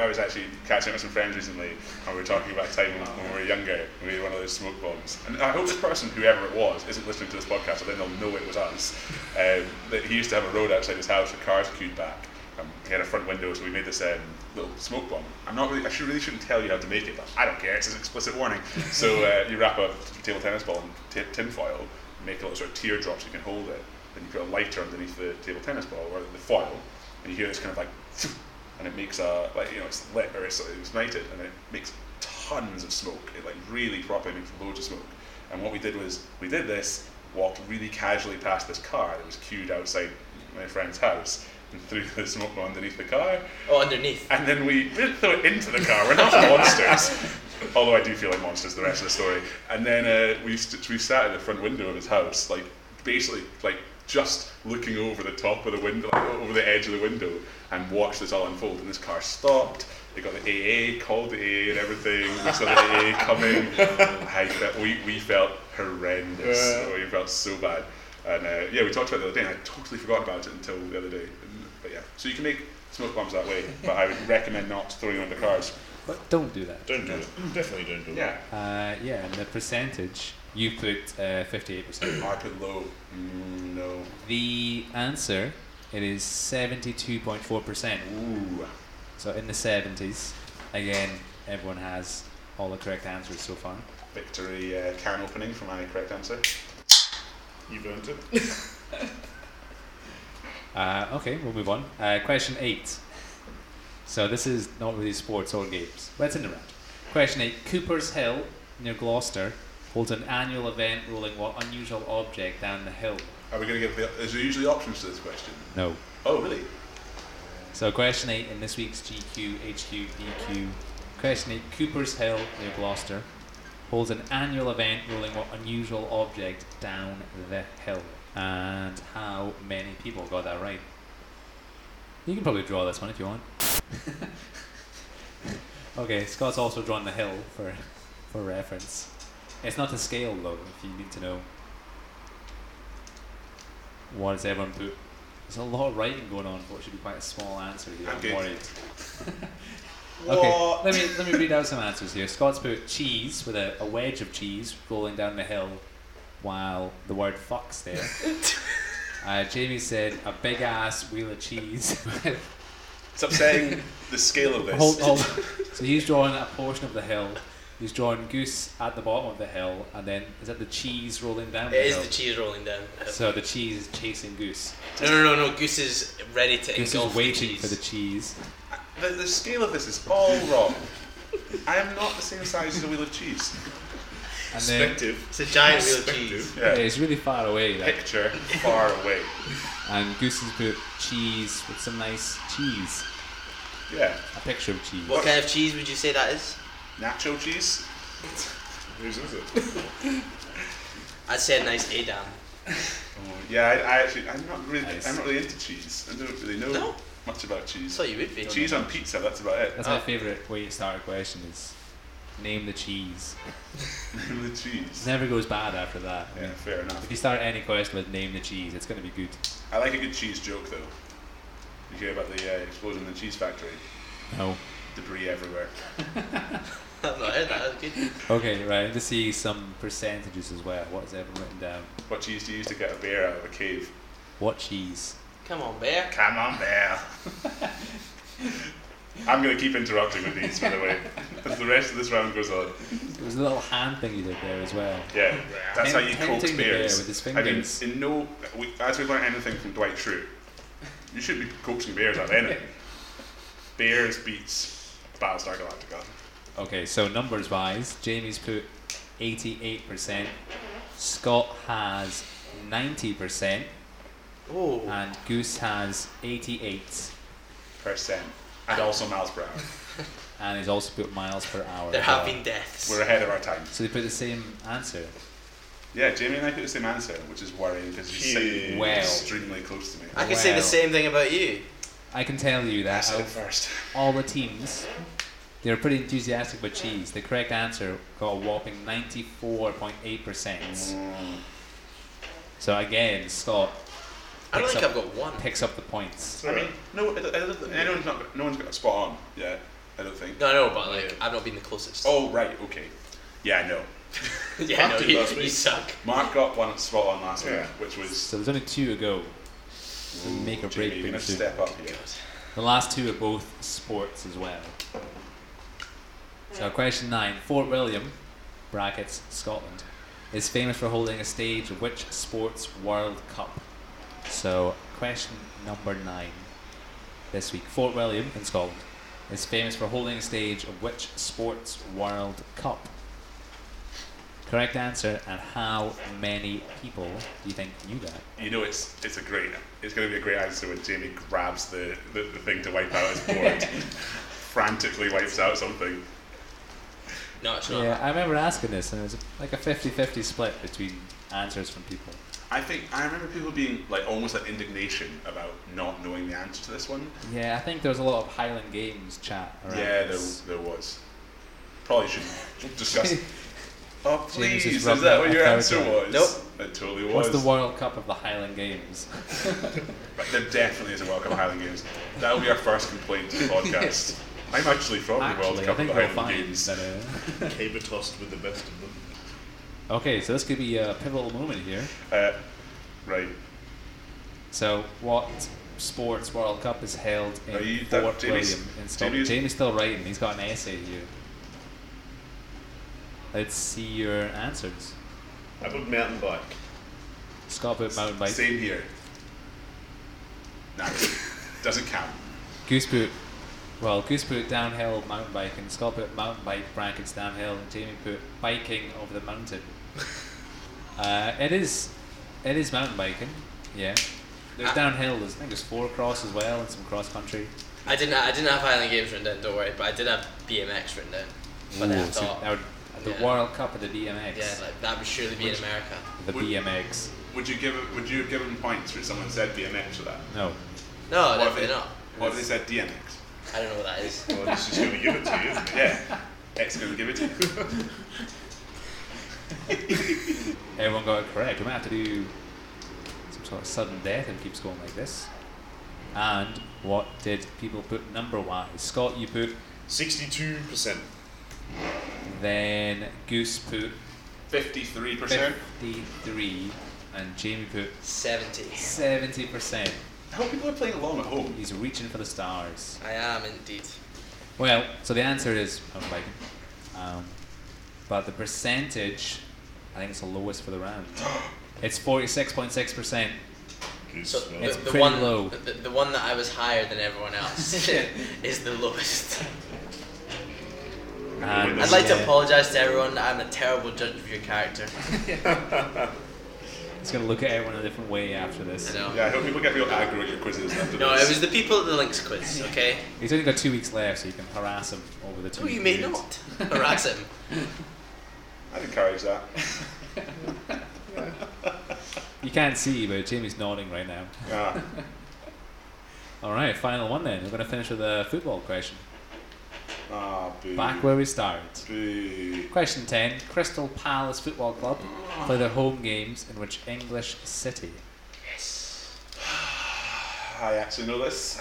Speaker 2: I, I was actually catching up with some friends recently, and we were talking about a time when we were younger. We made one of those smoke bombs, and I hope this person, whoever it was, isn't listening to this podcast, so then they'll know it was us. Um, that he used to have a road outside his house with cars queued back. Um, he had a front window, so we made this um, little smoke bomb. I'm not really, I should, really shouldn't tell you how to make it, but I don't care. It's an explicit warning. so uh, you wrap a table tennis ball in t- tin foil, make a little sort of teardrops. You can hold it. Then you put a lighter underneath the table tennis ball or the foil, and you hear this kind of like, and it makes a like you know it's lit or it's ignited, and it makes tons of smoke. It like really properly makes loads of smoke. And what we did was we did this, walked really casually past this car that was queued outside my friend's house, and threw the smoke bomb underneath the car.
Speaker 3: Oh, underneath.
Speaker 2: And then we didn't throw it into the car. We're not monsters. Although I do feel like monsters the rest of the story. And then uh, we, st- we sat in the front window of his house, like basically like just looking over the top of the window, like, over the edge of the window, and watched this all unfold. And this car stopped. They got the AA, called the AA and everything. We saw the AA coming. I felt, we, we felt horrendous.
Speaker 4: Yeah.
Speaker 2: We felt so bad. And uh, yeah, we talked about it the other day, and I totally forgot about it until the other day. And, but yeah, so you can make smoke bombs that way, but I would recommend not throwing them on the cars.
Speaker 1: But don't do that.
Speaker 4: Don't do it. Definitely don't do it.
Speaker 2: Yeah,
Speaker 1: Uh, yeah, and the percentage you put uh, fifty-eight percent.
Speaker 2: I put low. Mm, no.
Speaker 1: The answer it is seventy-two point four percent.
Speaker 2: Ooh.
Speaker 1: So in the seventies, again, Everyone has all the correct answers so far.
Speaker 2: Victory uh, can opening for my correct answer.
Speaker 4: You've earned it.
Speaker 1: Uh, okay, we'll move on. Uh, question eight. So this is not really sports or games, but it's in the round. Question eight: Cooper's Hill near Gloucester holds an annual event rolling what unusual object down the hill?
Speaker 2: Are we going to give the. Is there usually options to this question?
Speaker 1: No.
Speaker 2: Oh, really?
Speaker 1: So question eight in this week's GQ HQ DQ. Question eight: Cooper's Hill near Gloucester holds an annual event rolling what unusual object down the hill? And how many people got that right? You can probably draw this one if you want. okay, Scott's also drawn the hill for for reference. It's not a scale though, if you need to know. What has everyone put? There's a lot of writing going on for what should be quite a small answer here.
Speaker 2: I'm good.
Speaker 1: I'm worried. Okay, let me let me read out some answers here. Scott's put cheese with a, a wedge of cheese rolling down the hill, while the word fucks there. Uh, Jamie said a big ass wheel of cheese.
Speaker 2: Stop saying the scale of this.
Speaker 1: hold, hold. So he's drawing a portion of the hill. He's drawing goose at the bottom of the hill, and then is that the cheese rolling down?
Speaker 3: It is
Speaker 1: hill?
Speaker 3: the cheese rolling down.
Speaker 1: So the cheese is chasing goose.
Speaker 3: No, no, no, no. Goose is ready to
Speaker 1: Goose
Speaker 3: engulf
Speaker 1: is waiting
Speaker 3: the cheese.
Speaker 1: for the cheese.
Speaker 2: The, the scale of this is all wrong. I am not the same size as a wheel of cheese.
Speaker 1: And then
Speaker 4: Perspective.
Speaker 3: it's a giant wheel of
Speaker 4: Perspective.
Speaker 3: cheese.
Speaker 1: yeah,
Speaker 2: Yeah.
Speaker 1: it's really far away. Like,
Speaker 2: Picture far away.
Speaker 1: and goose has put cheese with some nice cheese,
Speaker 2: Yeah.
Speaker 1: a picture of cheese.
Speaker 3: What kind of cheese would you say that is?
Speaker 2: Nacho cheese?
Speaker 4: Whose is it?
Speaker 3: I'd say a nice Adam.
Speaker 2: Oh, yeah, I, I actually, I'm not really,
Speaker 1: Nice.
Speaker 2: I'm not really into cheese. I don't really know
Speaker 3: No?
Speaker 2: much about cheese.
Speaker 3: So you would be.
Speaker 2: cheese on pizza, that's about it.
Speaker 1: That's my
Speaker 3: Oh.
Speaker 1: favourite way to start a question is name the cheese.
Speaker 2: Name the cheese.
Speaker 1: It never goes bad after that.
Speaker 2: Yeah, fair enough.
Speaker 1: If you start any question with name the cheese, it's going to be good.
Speaker 2: I like a good cheese joke though. You hear about the uh, explosion in the cheese factory,
Speaker 1: No.
Speaker 2: debris everywhere.
Speaker 3: I've not heard that. That's good.
Speaker 1: Okay, right. Let's see some percentages as well. What's ever written down?
Speaker 2: What cheese do you use to get a bear out of a cave?
Speaker 1: What cheese?
Speaker 3: Come on, bear.
Speaker 2: Come on, bear. I'm going to keep interrupting with these, by the way, as the rest of this round goes on.
Speaker 1: It was a little hand thing you did there as well.
Speaker 2: Yeah, that's how you
Speaker 1: Tempting
Speaker 2: coax
Speaker 1: the bear
Speaker 2: bears.
Speaker 1: with his
Speaker 2: I mean,
Speaker 1: fingers.
Speaker 2: in no, we, as we've learned anything from Dwight Schrute, you should be coaxing bears out of anything. bears beats Battlestar Galactica.
Speaker 1: Okay, so numbers wise, Jamie's put 88%. Scott has 90%.
Speaker 3: Oh.
Speaker 1: And Goose has 88
Speaker 2: Percent. And also miles per hour.
Speaker 1: And he's also put miles per hour.
Speaker 3: there
Speaker 1: as
Speaker 3: have
Speaker 1: well.
Speaker 3: been deaths.
Speaker 2: We're ahead of our time.
Speaker 1: So they put the same answer.
Speaker 2: Yeah, Jamie and I put the same answer, which is worrying because he's sitting
Speaker 1: Wow.
Speaker 2: extremely close to me.
Speaker 3: I could say
Speaker 1: Wow.
Speaker 3: the same thing about you.
Speaker 1: I can tell you
Speaker 2: I
Speaker 1: that
Speaker 2: said it
Speaker 1: of
Speaker 2: first.
Speaker 1: all the teams, they were pretty enthusiastic with cheese. The correct answer got a whopping 94.8%.
Speaker 2: Mm.
Speaker 1: So again, Scott
Speaker 3: I don't
Speaker 1: Picks
Speaker 3: think
Speaker 1: up-
Speaker 3: I've got one.
Speaker 1: picks up the points.
Speaker 2: I mean, no, I don't- I don't think- anyone's not. got- No one's got a spot on. Yeah, I don't think.
Speaker 3: No, I know, but like I've not been the closest.
Speaker 2: Oh right, okay. Yeah, no.
Speaker 3: yeah, no,
Speaker 4: Mark did
Speaker 3: you,
Speaker 4: last
Speaker 3: you
Speaker 4: week.
Speaker 3: suck.
Speaker 2: Mark got one spot on last week,
Speaker 4: Yeah.
Speaker 2: which was
Speaker 1: So there's only two ago. make or
Speaker 2: Jamie,
Speaker 1: break
Speaker 2: you're gonna
Speaker 1: pretty soon.
Speaker 2: step up here.
Speaker 1: The last two are both sports as well. So question nine: Fort William, brackets Scotland, is famous for holding a stage of which sports World Cup? So question number nine this week: Fort William in Scotland is famous for holding a stage of which sports World Cup? Correct answer. And how many people do you think knew that?
Speaker 2: You know, it's it's a great. It's going to be a great answer when Jamie grabs the, the, the thing to wipe out his board, frantically wipes out something.
Speaker 3: No, it's not.
Speaker 1: Yeah, I remember asking this, and it was like a 50-50 split between answers from people.
Speaker 2: I think I remember people being like almost like indignation about not knowing the answer to this one.
Speaker 1: Yeah, I think there was a lot of Highland Games chat around.
Speaker 2: Yeah, there,
Speaker 1: this.
Speaker 2: there was. Probably shouldn't discuss. oh
Speaker 1: James is
Speaker 2: please, is
Speaker 1: rubbing
Speaker 2: that what
Speaker 1: a
Speaker 2: your
Speaker 1: third
Speaker 2: answer
Speaker 1: time.
Speaker 2: was?
Speaker 3: Nope.
Speaker 2: It totally was.
Speaker 1: What's the World Cup of the Highland Games?
Speaker 2: But there definitely is a Welcome Highland Games. That'll be our first complaint to the podcast. I'm actually from the
Speaker 1: Actually,
Speaker 2: World
Speaker 1: I
Speaker 2: Cup of
Speaker 1: think
Speaker 2: the
Speaker 1: we'll
Speaker 2: Highland
Speaker 1: find
Speaker 2: Games.
Speaker 1: that. uh,
Speaker 4: Caber tossed with the best of them.
Speaker 1: okay, so this could be a pivotal moment here.
Speaker 2: Uh, right.
Speaker 1: So, what sports World Cup is held in
Speaker 2: Are you- that-
Speaker 1: Fort
Speaker 2: Jamie's-
Speaker 1: William in Scotland?
Speaker 2: Jamie's-
Speaker 1: Jamie's still writing. He's got an essay here. Let's see your answers.
Speaker 4: I put mountain bike.
Speaker 1: Scott put mountain bike.
Speaker 2: Same here. No, doesn't count.
Speaker 1: Goose put, well, Goose put downhill mountain bike, and Scott put mountain bike brackets downhill, and Jamie put biking over the mountain. uh, it is, it is mountain biking. Yeah. There's
Speaker 3: Ah.
Speaker 1: downhill. There's, I think there's four cross as well, and some cross country.
Speaker 3: I didn't. I didn't have Highland Games written down. Don't worry, but I did have BMX written down. But then I
Speaker 1: So
Speaker 3: thought,
Speaker 1: that would- the
Speaker 3: yeah.
Speaker 1: World Cup of the BMX.
Speaker 3: yeah, like that would surely be in
Speaker 2: Which-
Speaker 3: America.
Speaker 1: the
Speaker 2: Would-
Speaker 1: BMX.
Speaker 2: Would you give it, Would you have given points for someone said BMX for that?
Speaker 1: No.
Speaker 2: What if
Speaker 3: No, Oh, definitely
Speaker 2: they
Speaker 3: not.
Speaker 2: What if they said DMX?
Speaker 3: I don't know what that is.
Speaker 4: Well, he's just going to give it to you, isn't he?
Speaker 2: Yeah, X gonna give it to you.
Speaker 1: Everyone got it correct. We might have to do some sort of sudden death if it keeps going like this. And what did people put number wise? Scott, you put.
Speaker 4: 62%.
Speaker 1: Then Goose put
Speaker 2: Fifty-three percent.
Speaker 1: 53, and Jamie put
Speaker 3: Seventy.
Speaker 1: 70%.
Speaker 2: I hope people are playing along at home.
Speaker 1: He's reaching for the stars.
Speaker 3: I am indeed.
Speaker 1: Well, so the answer is I'm biking. Um, but the percentage, I think it's the lowest for the round. It's 46.6%.
Speaker 4: Goose,
Speaker 3: So
Speaker 4: well,
Speaker 1: It's
Speaker 3: the, the
Speaker 1: pretty
Speaker 3: one,
Speaker 1: low.
Speaker 3: The, the one that I was higher than everyone else is the lowest.
Speaker 1: And uh,
Speaker 4: I'd
Speaker 3: I'd like to
Speaker 1: yeah,
Speaker 3: apologise to everyone. I'm a terrible judge of your character.
Speaker 1: He's going to look at everyone a different way after
Speaker 3: I
Speaker 1: this.
Speaker 3: know.
Speaker 2: Yeah, I hope people get real aggro at your quizzes after
Speaker 3: No, it
Speaker 2: this.
Speaker 3: was the people at the Lynx quiz. Okay.
Speaker 1: He's only got two weeks left, so you can harass him over the two
Speaker 3: No, you may
Speaker 1: periods.
Speaker 3: not harass him.
Speaker 2: I'd encourage that.
Speaker 1: You can't see, but Jamie's nodding right now.
Speaker 2: Yeah.
Speaker 1: All right, final one then. We're going to finish with a football question.
Speaker 2: Ah, boo.
Speaker 1: Back where we started.
Speaker 2: Boo.
Speaker 1: Question 10 Crystal Palace Football Club play their home games in which English city?
Speaker 2: I actually know this.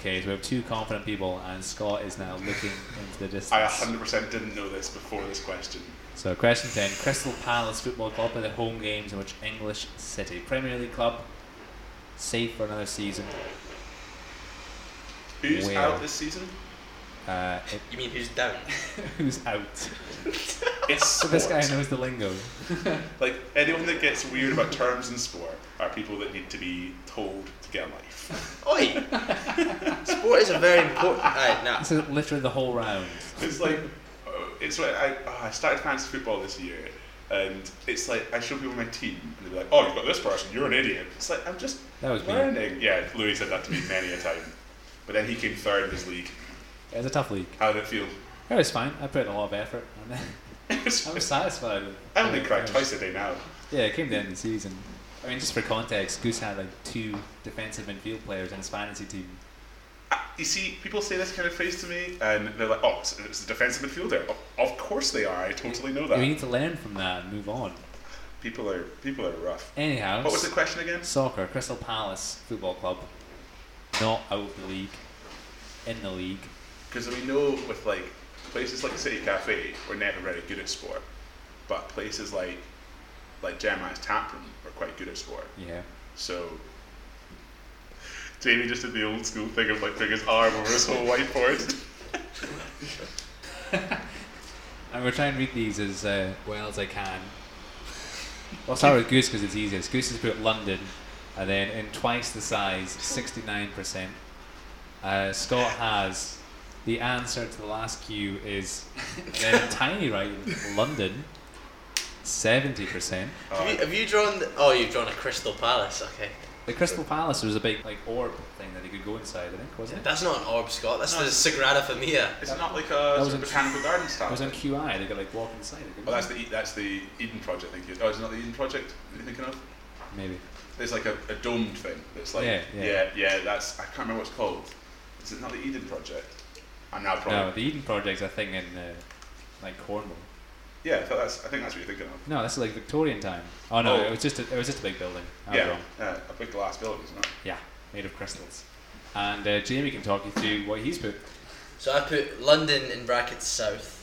Speaker 1: Okay, so we have two confident people, and Scott is now looking into the
Speaker 2: I
Speaker 1: distance.
Speaker 2: 100% didn't know this before this question.
Speaker 1: So, question 10 Crystal Palace Football Club play their home games in which English city? Premier League club, safe for another season.
Speaker 2: Who's
Speaker 1: Where?
Speaker 2: out this season?
Speaker 1: Uh, it-
Speaker 3: You mean who's down?
Speaker 1: who's out?
Speaker 2: It's
Speaker 1: So,
Speaker 2: sport.
Speaker 1: this guy knows the lingo.
Speaker 2: Like anyone that gets weird about terms in sport are people that need to be told to get a life.
Speaker 3: Oi! Sport is a very important. Alright, now.
Speaker 1: This is literally the whole round.
Speaker 2: It's like uh, it's what I oh, I started fantasy football this year, and it's like I show people my team and they're like, "Oh, you've got this person. You're an idiot." It's like I'm just
Speaker 1: That was me.
Speaker 2: learning. Yeah, Louis said that to me many a time, but then he came third in his league.
Speaker 1: It's a tough league.
Speaker 2: How did it feel?
Speaker 1: It was fine. I put in a lot of effort. and
Speaker 2: It was-
Speaker 1: I'm satisfied with
Speaker 2: I only cry
Speaker 1: Yeah.
Speaker 2: twice a day now.
Speaker 1: Yeah, it came down to the season. I mean, just for context, Goose had like two defensive midfield players in his fantasy team.
Speaker 2: Uh, You see, people say this kind of phrase to me, and they're like, "Oh, it's, it's a defensive midfielder." Of, of course they are. I totally know
Speaker 1: We
Speaker 2: that.
Speaker 1: need to learn from that and move on.
Speaker 2: People are people are rough.
Speaker 1: Anyhow,
Speaker 2: What was the question again?
Speaker 1: soccer, Crystal Palace Football Club, not out of the league, in the league.
Speaker 2: Because we know with like places like City Cafe, we're never very good at sport, but places like like Jeremiah's Tap Room are quite good at sport.
Speaker 1: Yeah.
Speaker 2: So Jamie just did the old school thing of like putting his arm over his whole whiteboard.
Speaker 1: And we'll try and read these as uh, well as I can. I'll start with Goose because it's easiest. Goose has put London, and then in twice the size, 69%. Uh, Scott has the answer to the last cue is, and then in tiny writing, London, 70%.
Speaker 3: Have you, have you drawn. The, oh, you've drawn a Crystal Palace, okay.
Speaker 1: The Crystal Palace was a big like orb thing that he could go inside, I think, wasn't it?
Speaker 3: That's not an orb, Scott. That's
Speaker 2: No,
Speaker 3: the Sagrada Familia.
Speaker 2: Is it not like a
Speaker 1: was
Speaker 2: sort of
Speaker 1: in-
Speaker 2: botanical garden
Speaker 1: It
Speaker 2: style?
Speaker 1: was on
Speaker 2: thing?
Speaker 1: QI, they could like walk inside it. couldn't
Speaker 2: Oh, that's
Speaker 1: they?
Speaker 2: the E- that's the Eden Project. I think. it is. Oh, is it not the Eden Project? That you're thinking of?
Speaker 1: Maybe.
Speaker 2: There's like a, a domed thing. That's like
Speaker 1: Yeah,
Speaker 2: yeah,
Speaker 1: yeah.
Speaker 2: yeah, That's I can't remember what it's called. Is it not the Eden Project? I'm now probably
Speaker 1: No, the Eden Project's a thing in uh, like Cornwall.
Speaker 2: yeah. I, thought that's, I think that's what you're thinking of.
Speaker 1: No, that's like Victorian time. Oh no,
Speaker 2: Oh.
Speaker 1: it was just a, it was just a big building. I was
Speaker 2: yeah,
Speaker 1: wrong.
Speaker 2: yeah, a big glass building, isn't it?
Speaker 1: yeah, made of crystals. And uh, Jamie can talk you through what he's put.
Speaker 3: So I put London in brackets south.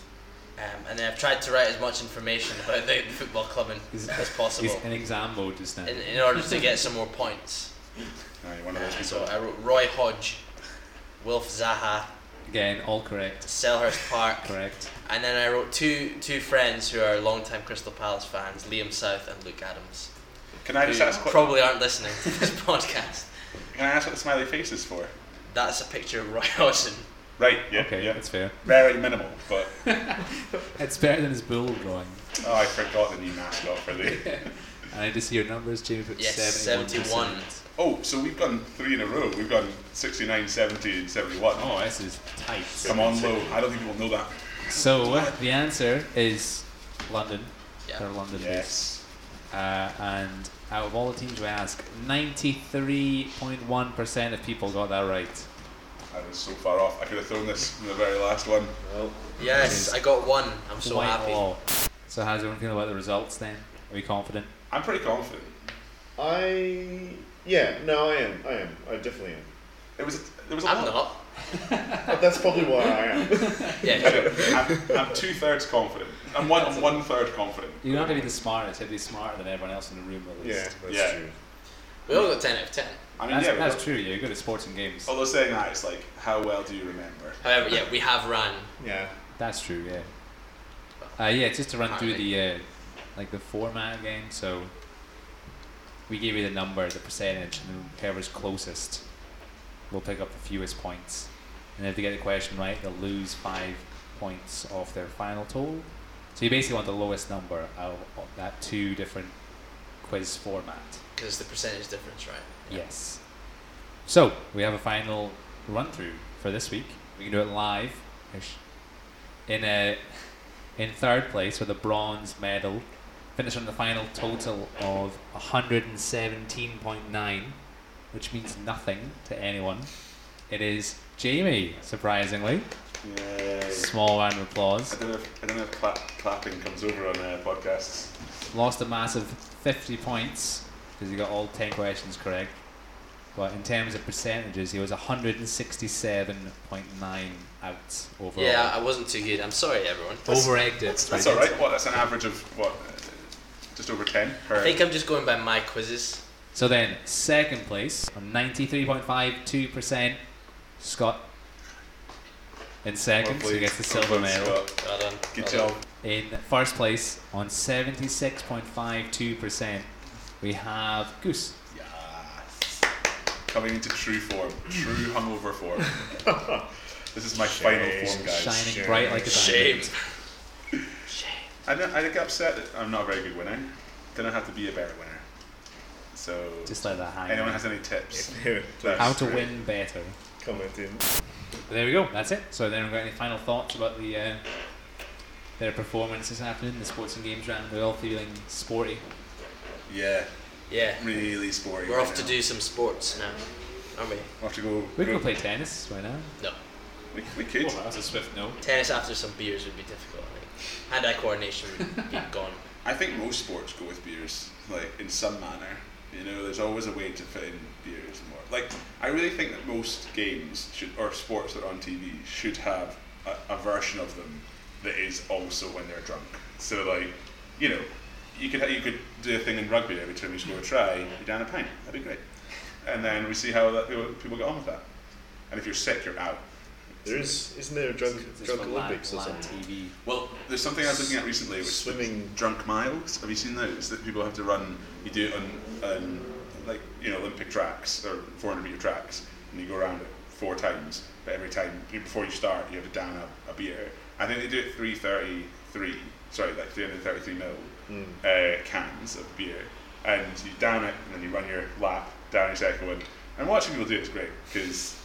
Speaker 3: Um, and then I've tried to write as much information about the football club in,
Speaker 1: He's-
Speaker 3: as possible
Speaker 2: Oh.
Speaker 1: He's in exam mode just now.
Speaker 3: in, in order to get some more points.
Speaker 1: uh,
Speaker 2: No, Uh, you're one of those
Speaker 3: So
Speaker 2: people.
Speaker 3: I wrote Roy Hodge, Wilf Zaha,
Speaker 1: Again, all correct.
Speaker 3: Selhurst Park.
Speaker 1: Correct.
Speaker 3: And then I wrote two two friends who are longtime Crystal Palace fans, Liam South and Luke Adams.
Speaker 2: Can I just
Speaker 1: Yeah.
Speaker 2: ask what?
Speaker 3: Probably aren't listening to this podcast.
Speaker 2: Can I ask what the smiley face is for?
Speaker 3: That's a picture of Roy Hodgson.
Speaker 2: Right. Yeah.
Speaker 1: okay,
Speaker 2: Yeah.
Speaker 1: that's fair.
Speaker 2: Very minimal, but
Speaker 1: It's better than his bull drawing.
Speaker 2: oh, I forgot the new mascot for the.
Speaker 1: And I just see your numbers, Jamie put
Speaker 3: Yes,
Speaker 1: 71.
Speaker 3: 71.
Speaker 2: Oh, so we've gone three in a row. We've gone 69, 70, and 71.
Speaker 1: Oh, this is tight.
Speaker 2: Come on, low. I don't think people know that.
Speaker 1: So uh, the answer is London.
Speaker 3: Yeah.
Speaker 1: They're London based.
Speaker 2: Yes.
Speaker 1: Uh, and out of all the teams we asked, 93.1% of people got that right.
Speaker 2: I was so far off. I could have thrown this in the very last one.
Speaker 4: Well,
Speaker 3: Yes, I got one. I'm so happy.
Speaker 1: Whitehall. So how's everyone feeling about the results then? Are we confident?
Speaker 2: I'm pretty confident.
Speaker 4: I yeah, no, I am, I am, I definitely am.
Speaker 2: It was. There was a
Speaker 3: I'm
Speaker 2: lot.
Speaker 3: not.
Speaker 4: But that's probably why I am.
Speaker 3: Yeah, true.
Speaker 2: I'm, I'm two thirds confident. I'm one. I'm one third confident.
Speaker 1: You don't have to be the smartest. You have to be smarter than everyone else in the room at
Speaker 4: Yeah,
Speaker 1: least.
Speaker 4: that's
Speaker 2: Yeah.
Speaker 4: true.
Speaker 3: We all got ten out of ten.
Speaker 2: I mean,
Speaker 1: That's,
Speaker 2: yeah. we
Speaker 1: that's
Speaker 2: got-
Speaker 1: true. Yeah, you're good at sports and games.
Speaker 2: Although saying that, it's like, how well do you remember?
Speaker 3: However, yeah, we have ran.
Speaker 4: Yeah.
Speaker 1: That's true. Yeah. Uh, yeah, just to run through
Speaker 3: Apparently.
Speaker 1: the uh, like the format again. So we give you the number, the percentage, and then whoever's closest will pick up the fewest points. And if they get the question right, they'll lose five points off their final total. So you basically want the lowest number out of that two different quiz format.
Speaker 3: because it's the percentage difference, right?
Speaker 1: Yes. So we have a final run through for this week. We can do it live. In a in third place with a bronze medal, finished on the final total of 117.9, which means nothing to anyone. It is Jamie, surprisingly.
Speaker 2: Yay.
Speaker 1: Small round of
Speaker 2: I
Speaker 1: applause.
Speaker 2: don't know if, I don't know if clap, clapping comes over on uh, podcasts.
Speaker 1: Lost a massive 50 points because he got all 10 questions correct. But in terms of percentages, he was 167.9 out overall.
Speaker 3: Yeah, I wasn't too good. I'm sorry, everyone.
Speaker 1: over egged it.
Speaker 2: That's all right. What? That's an average of what? uh, Just over ten. Per
Speaker 3: I think I'm just going by my quizzes.
Speaker 1: So then, second place, 93.52%, Scott in second, so he gets the silver medal.
Speaker 3: Well done.
Speaker 2: Oh, Good
Speaker 3: well
Speaker 2: job.
Speaker 3: done.
Speaker 1: In first place, on 76.52%, we have Goose.
Speaker 2: Yes. Coming into true form, true hungover form. this is my final form, guys.
Speaker 1: Shining
Speaker 4: shame.
Speaker 1: bright like a diamond.
Speaker 3: Shame. Shame.
Speaker 2: I, don't, I get upset that I'm not a very good winner. Then I have to be a better winner. So,
Speaker 1: Just let that hang.
Speaker 2: anyone has any tips?
Speaker 1: How to win better.
Speaker 4: Comment in.
Speaker 1: But there we go. That's it. So then, we've got any final thoughts about the uh, their performances happening, the sports and games round? We're all feeling sporty.
Speaker 2: Yeah,
Speaker 3: Yeah,
Speaker 2: really sporty.
Speaker 3: we're
Speaker 2: right
Speaker 3: off to
Speaker 2: now.
Speaker 3: do some sports now, aren't we?
Speaker 2: We'll have to go.
Speaker 1: We can
Speaker 2: go-
Speaker 1: go play tennis right now.
Speaker 3: No.
Speaker 2: We, we could.
Speaker 1: Oh, that was a swift no.
Speaker 3: Tennis after some beers would be difficult. I think. Hand-eye coordination would be gone.
Speaker 2: I think most sports go with beers, like in some manner. You know, there's always a way to fit in beers more. Like, I really think that most games should, or sports that are on TV should have a, a version of them that is also when they're drunk. So, like, you know, you could ha- you could do a thing in rugby every time you score a try, you're down a pint. That'd be great. And then we see how that, people, people get on with that. And if you're sick, you're out.
Speaker 4: There is, isn't there a drunk, drunk Olympics or something?
Speaker 1: TV.
Speaker 2: Well, there's something I was looking at recently, which
Speaker 4: Swimming.
Speaker 2: drunk miles. Have you seen those that people have to run? You do it on, on like you know Olympic tracks or 400 meter tracks, and you go around it four times. But every time before you start, you have to down a, a beer. I think they do it 333, sorry, like 333 mil uh, cans of beer, and you down it, and then you run your lap down your second one. And watching people do it is great because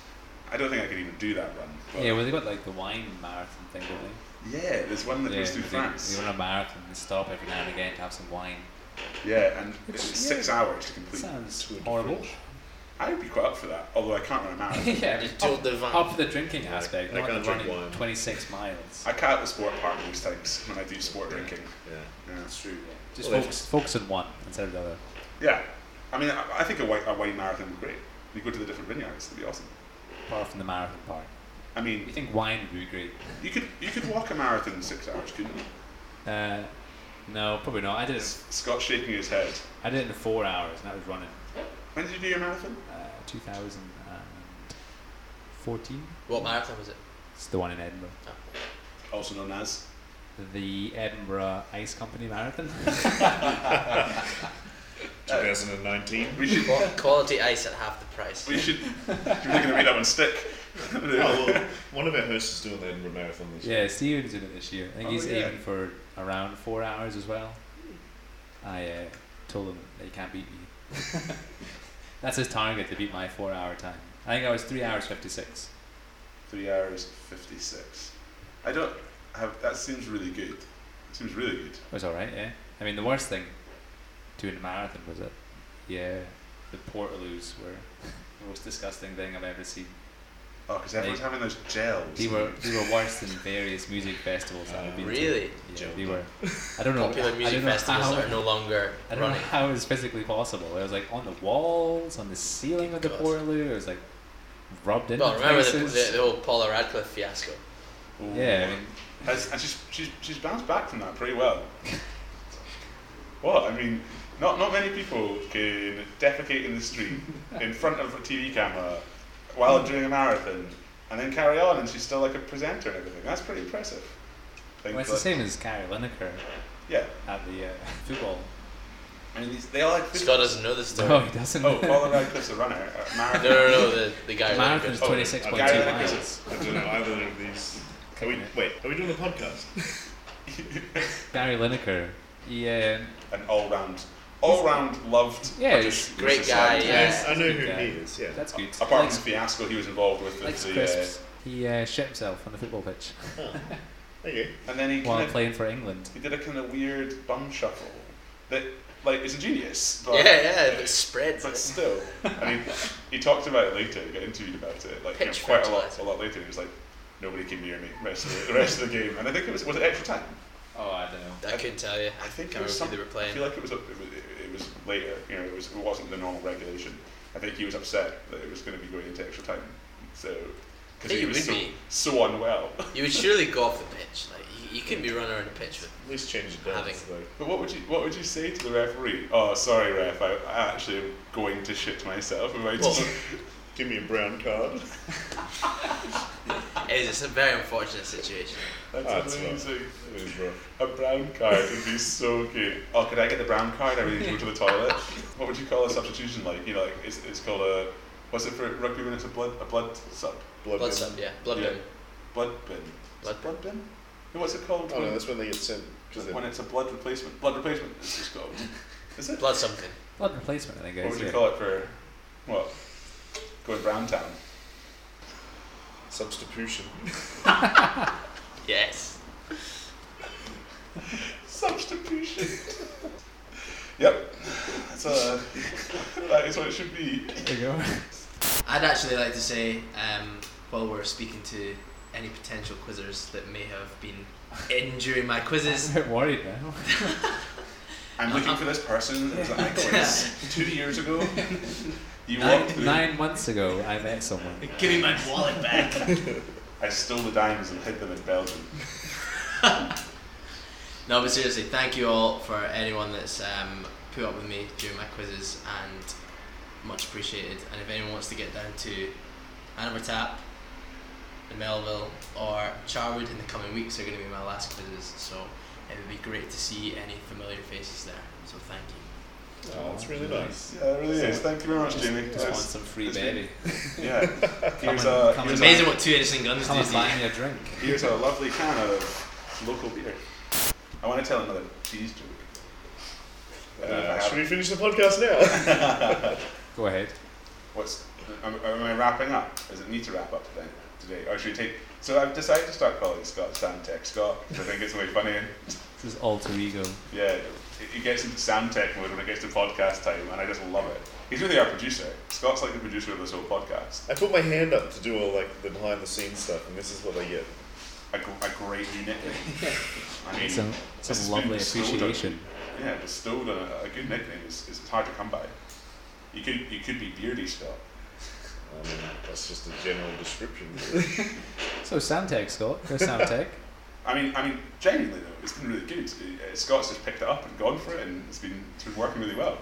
Speaker 2: I don't think I could even do that run. But
Speaker 1: Yeah, well, they got like the wine marathon thing, don't they?
Speaker 2: yeah, there's one that
Speaker 1: yeah,
Speaker 2: goes through France.
Speaker 1: They, they run a marathon and stop every now and again to have some wine.
Speaker 2: Yeah, and
Speaker 1: Which-
Speaker 2: it's six hours to
Speaker 1: Hmm.
Speaker 2: complete.
Speaker 1: Sounds horrible.
Speaker 2: I would be quite up for that, although I can't run a marathon.
Speaker 1: yeah,
Speaker 3: You
Speaker 1: up,
Speaker 3: told the van.
Speaker 1: up the drinking aspect.
Speaker 4: I
Speaker 1: not
Speaker 4: can't
Speaker 1: the
Speaker 4: drink
Speaker 1: running
Speaker 4: wine.
Speaker 1: 26 miles.
Speaker 2: I cut out the sport part most times when I do sport drinking.
Speaker 4: Yeah.
Speaker 2: Yeah,
Speaker 1: true. Just
Speaker 4: Well,
Speaker 1: focus, focus on one instead of the other.
Speaker 2: yeah. I mean, I, I think a wine, a wine marathon would be great. You go to the different vineyards, it'd be awesome.
Speaker 1: Apart from the marathon part.
Speaker 2: I
Speaker 1: You
Speaker 2: mean,
Speaker 1: think wine would be great?
Speaker 2: you could you could walk a marathon in six hours, couldn't you?
Speaker 1: Uh, no, probably not. I did it.
Speaker 2: S- Scott's shaking his head.
Speaker 1: I did it in four hours, and that was running.
Speaker 2: When did you do your marathon?
Speaker 1: Uh, 2014.
Speaker 3: What marathon was it?
Speaker 1: It's the one in Edinburgh.
Speaker 2: also known as.
Speaker 1: The Edinburgh Ice Company Marathon.
Speaker 4: 2019.
Speaker 2: We should.
Speaker 3: Qual- Quality ice at half the price.
Speaker 2: We should. You're really gonna read that one stick.
Speaker 4: Oh, well, one of our hosts is doing the Edinburgh Marathon this year.
Speaker 1: yeah, Steven's doing it this year. I think
Speaker 2: Oh,
Speaker 1: he's
Speaker 2: yeah.
Speaker 1: aiming for around four hours as well. I uh, told him that he can't beat me. That's his target to beat my four hour time. I think I was three hours 56.
Speaker 2: Three hours fifty six. I don't have. That seems really good. seems really good.
Speaker 1: It was alright, yeah. I mean, the worst thing doing the marathon was that, yeah, the portaloos were the most disgusting thing I've ever seen.
Speaker 2: Oh, because everyone's
Speaker 1: Hey.
Speaker 2: having those gels.
Speaker 1: They were they were worse than various music festivals that I've been to.
Speaker 3: Really?
Speaker 1: Yeah,
Speaker 4: Joking.
Speaker 1: they were. I don't know.
Speaker 3: Popular
Speaker 1: I
Speaker 3: music
Speaker 1: don't know
Speaker 3: festivals
Speaker 1: how,
Speaker 3: are no longer
Speaker 1: I don't know
Speaker 3: running.
Speaker 1: how it was physically possible. It was like on the walls, on the ceiling of the
Speaker 3: God.
Speaker 1: portaloo. It was like rubbed into
Speaker 3: Well, remember the,
Speaker 1: places.
Speaker 3: the, the whole Paula Radcliffe fiasco.
Speaker 2: Ooh.
Speaker 1: yeah, I mean,
Speaker 2: Has, and she's, she's, she's bounced back from that pretty well. What? I mean, not, not many people can defecate in the street in front of a TV camera while doing a marathon and then carry on, and she's still like a presenter and everything. That's pretty impressive. I think,
Speaker 1: well, it's the
Speaker 2: like-
Speaker 1: same as Carrie Lineker
Speaker 2: Yeah.
Speaker 1: at the uh, football.
Speaker 2: I mean, these, they all like.
Speaker 3: Scott doesn't know this story.
Speaker 1: No, he doesn't.
Speaker 2: Oh, Paula Radcliffe's a runner. A
Speaker 3: No,
Speaker 2: marathon.
Speaker 3: no, no, the, the guy.
Speaker 1: Marathon's
Speaker 2: Oh,
Speaker 1: twenty six point
Speaker 2: Gary
Speaker 1: two
Speaker 2: Lineker's
Speaker 1: miles.
Speaker 2: a-
Speaker 4: I don't know either of these. Are we, wait, are we doing the podcast?
Speaker 1: Gary Lineker. Yeah,
Speaker 2: An all round, all round loved.
Speaker 1: Yeah,
Speaker 2: British
Speaker 1: he's-
Speaker 3: Great guy,
Speaker 2: society.
Speaker 3: yeah.
Speaker 4: I know
Speaker 1: good
Speaker 4: who
Speaker 1: guy.
Speaker 4: he is. Yeah.
Speaker 1: that's good.
Speaker 2: Apart
Speaker 1: Likes-
Speaker 2: from the fiasco he was involved with,
Speaker 1: likes
Speaker 2: with the, uh,
Speaker 1: crisps. He uh, shit himself on the football pitch
Speaker 4: Oh. There you go.
Speaker 2: uh, and then he
Speaker 1: while
Speaker 2: kind of
Speaker 1: playing for England.
Speaker 2: He did a kind of weird bum shuffle that, like, is ingenious, but
Speaker 3: yeah, yeah, but it spreads.
Speaker 2: but still. I mean, he talked about it later. He got interviewed about it, like you know,
Speaker 3: Pitch
Speaker 2: quite a lot,
Speaker 3: fertilizer.
Speaker 2: a lot later. He was like, "Nobody came near me." Rest of the, the rest of the game, and I think it was was it extra time.
Speaker 1: Oh, I don't know.
Speaker 3: I couldn't tell you.
Speaker 2: I think it
Speaker 3: Can't
Speaker 2: was something.
Speaker 3: remember who they were
Speaker 2: I
Speaker 3: playing.
Speaker 2: feel like it was, a, it was it was later. You know, it was it wasn't the normal regulation. I think he was upset that it was going to be going into extra time. So because
Speaker 3: Yeah,
Speaker 2: he
Speaker 3: you
Speaker 2: was
Speaker 3: would
Speaker 2: so,
Speaker 3: be.
Speaker 2: so unwell.
Speaker 3: You would surely go off the pitch. Like you, you couldn't be running around the pitch with.
Speaker 4: At least change the
Speaker 3: Having-
Speaker 4: dance, though.
Speaker 2: But what would you what would you say to the referee? Oh, sorry, ref. I, I actually am going to shit myself. Am I
Speaker 3: Well,
Speaker 2: just,
Speaker 4: Give me a brown card.
Speaker 3: It is. It's a very unfortunate situation.
Speaker 2: that's
Speaker 4: That's
Speaker 2: amazing.
Speaker 4: It was rough.
Speaker 2: A brown card would be so good. Oh, could I get the brown card? I really need to go to the toilet. What would you call a substitution? Like you know, like it's, it's called a what's it for rugby when it's a blood a blood sub
Speaker 4: Blood,
Speaker 3: Blood
Speaker 4: bin.
Speaker 3: sub, yeah, blood
Speaker 2: Yeah.
Speaker 3: bin.
Speaker 2: blood bin. Is it
Speaker 3: Blood
Speaker 2: blood bin. No, what's it called?
Speaker 4: Oh
Speaker 2: when,
Speaker 4: no, that's when they get sent. Because
Speaker 2: when it's a blood replacement. Blood replacement. It's just called. Is it?
Speaker 3: Blood something.
Speaker 1: Blood replacement, I think. it
Speaker 2: What
Speaker 1: is,
Speaker 2: would
Speaker 1: yeah.
Speaker 2: you call it for? What? Going brown town.
Speaker 4: substitution.
Speaker 3: Yes.
Speaker 2: Substitution. yep. That's uh that is what it should be.
Speaker 1: There you go.
Speaker 3: I'd actually like to say, um, while we're speaking to any potential quizzers that may have been in during my quizzes,
Speaker 1: I'm a bit worried now.
Speaker 2: I'm looking for this person that was at my quiz two years ago. You walked
Speaker 1: Nine,
Speaker 2: through.
Speaker 1: nine months ago, I met someone.
Speaker 3: give me my wallet back.
Speaker 2: I stole the diamonds and hid them in Belgium.
Speaker 3: No, but seriously, thank you all for anyone that's um, put up with me during my quizzes and much appreciated. And if anyone wants to get down to Hanover Tap, the Melville, or Charwood in the coming weeks are going to be my last quizzes, so it would be great to see any familiar faces there. So thank you.
Speaker 4: Oh, that's really nice.
Speaker 2: Yeah, it really is. Thank you very much, Jamie.
Speaker 1: Just want
Speaker 2: That's-
Speaker 1: some free
Speaker 2: it's been-
Speaker 1: baby.
Speaker 2: yeah. Here's
Speaker 1: and-
Speaker 2: a,
Speaker 1: come and-
Speaker 2: here's,
Speaker 3: It's
Speaker 2: a,
Speaker 3: amazing what two innocent guns
Speaker 1: Come
Speaker 3: do
Speaker 1: and
Speaker 3: to you.
Speaker 1: buy me a drink.
Speaker 2: here's a lovely can of local beer. I want to tell another cheese joke. I don't know if I
Speaker 4: Uh,
Speaker 2: have
Speaker 4: should we finish the podcast now?
Speaker 1: Go ahead.
Speaker 2: What's am, am I wrapping up? Is it me to wrap up today? Today, or should we take? So I've decided to start calling Scott Sound Tech Scott 'cause I think it's way funnier.
Speaker 1: This is alter ego.
Speaker 2: Yeah, he gets into sound tech mode when it gets to podcast time, and I just love it. He's really our producer. Scott's like the producer of this whole podcast.
Speaker 4: I put my hand up to do all like the behind the scenes stuff, and this is what I get.
Speaker 2: A, gr- a great unit. I mean,
Speaker 1: Some,
Speaker 2: this has
Speaker 1: some
Speaker 2: been
Speaker 1: lovely
Speaker 2: bestowed on-
Speaker 1: appreciation.
Speaker 2: Yeah, bestowed on a, a good nickname is, is hard to come by. You could you could be Beardy Scott.
Speaker 4: I mean, that's just a general description.
Speaker 1: So Soundtech, Scott. Go Soundtech.
Speaker 2: I mean, I mean, genuinely though, it's been really good. Uh, Scott's just picked it up and gone for it, and it's been it's been working really well.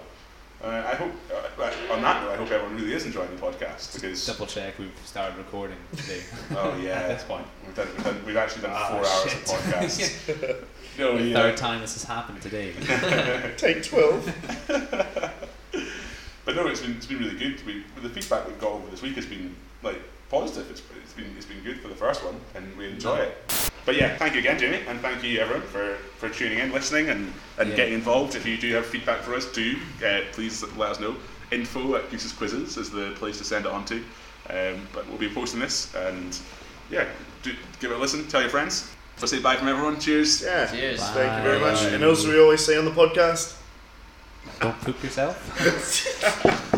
Speaker 2: Uh, I hope, uh, uh, on that note, I hope everyone really is enjoying the podcast because.
Speaker 1: Double check. We've started recording today.
Speaker 2: Oh
Speaker 1: At
Speaker 2: yeah,
Speaker 1: this point,
Speaker 2: we've, done, we've, done, we've actually done
Speaker 1: Ah,
Speaker 2: four hours of podcasts. no,
Speaker 1: the
Speaker 2: yeah.
Speaker 1: third time this has happened today.
Speaker 4: Take 12.
Speaker 2: But no, it's been it's been really good. We the feedback we've got over this week has been like positive. It's, it's been it's been good for the first one, and we enjoy it. But yeah, thank you again, Jamie, and thank you everyone for, for tuning in, listening, and, and
Speaker 1: Yeah.
Speaker 2: getting involved. If you do have feedback for us, do uh, please let us know. Info at Goose's Quizzes is the place to send it on to. Um, but we'll be posting this, and yeah, do, give it a listen. Tell your friends. So say bye from everyone. Cheers.
Speaker 4: Yeah.
Speaker 3: Cheers.
Speaker 4: Thank you very much.
Speaker 1: Bye.
Speaker 4: And as we always say on the podcast,
Speaker 1: Don't poop yourself.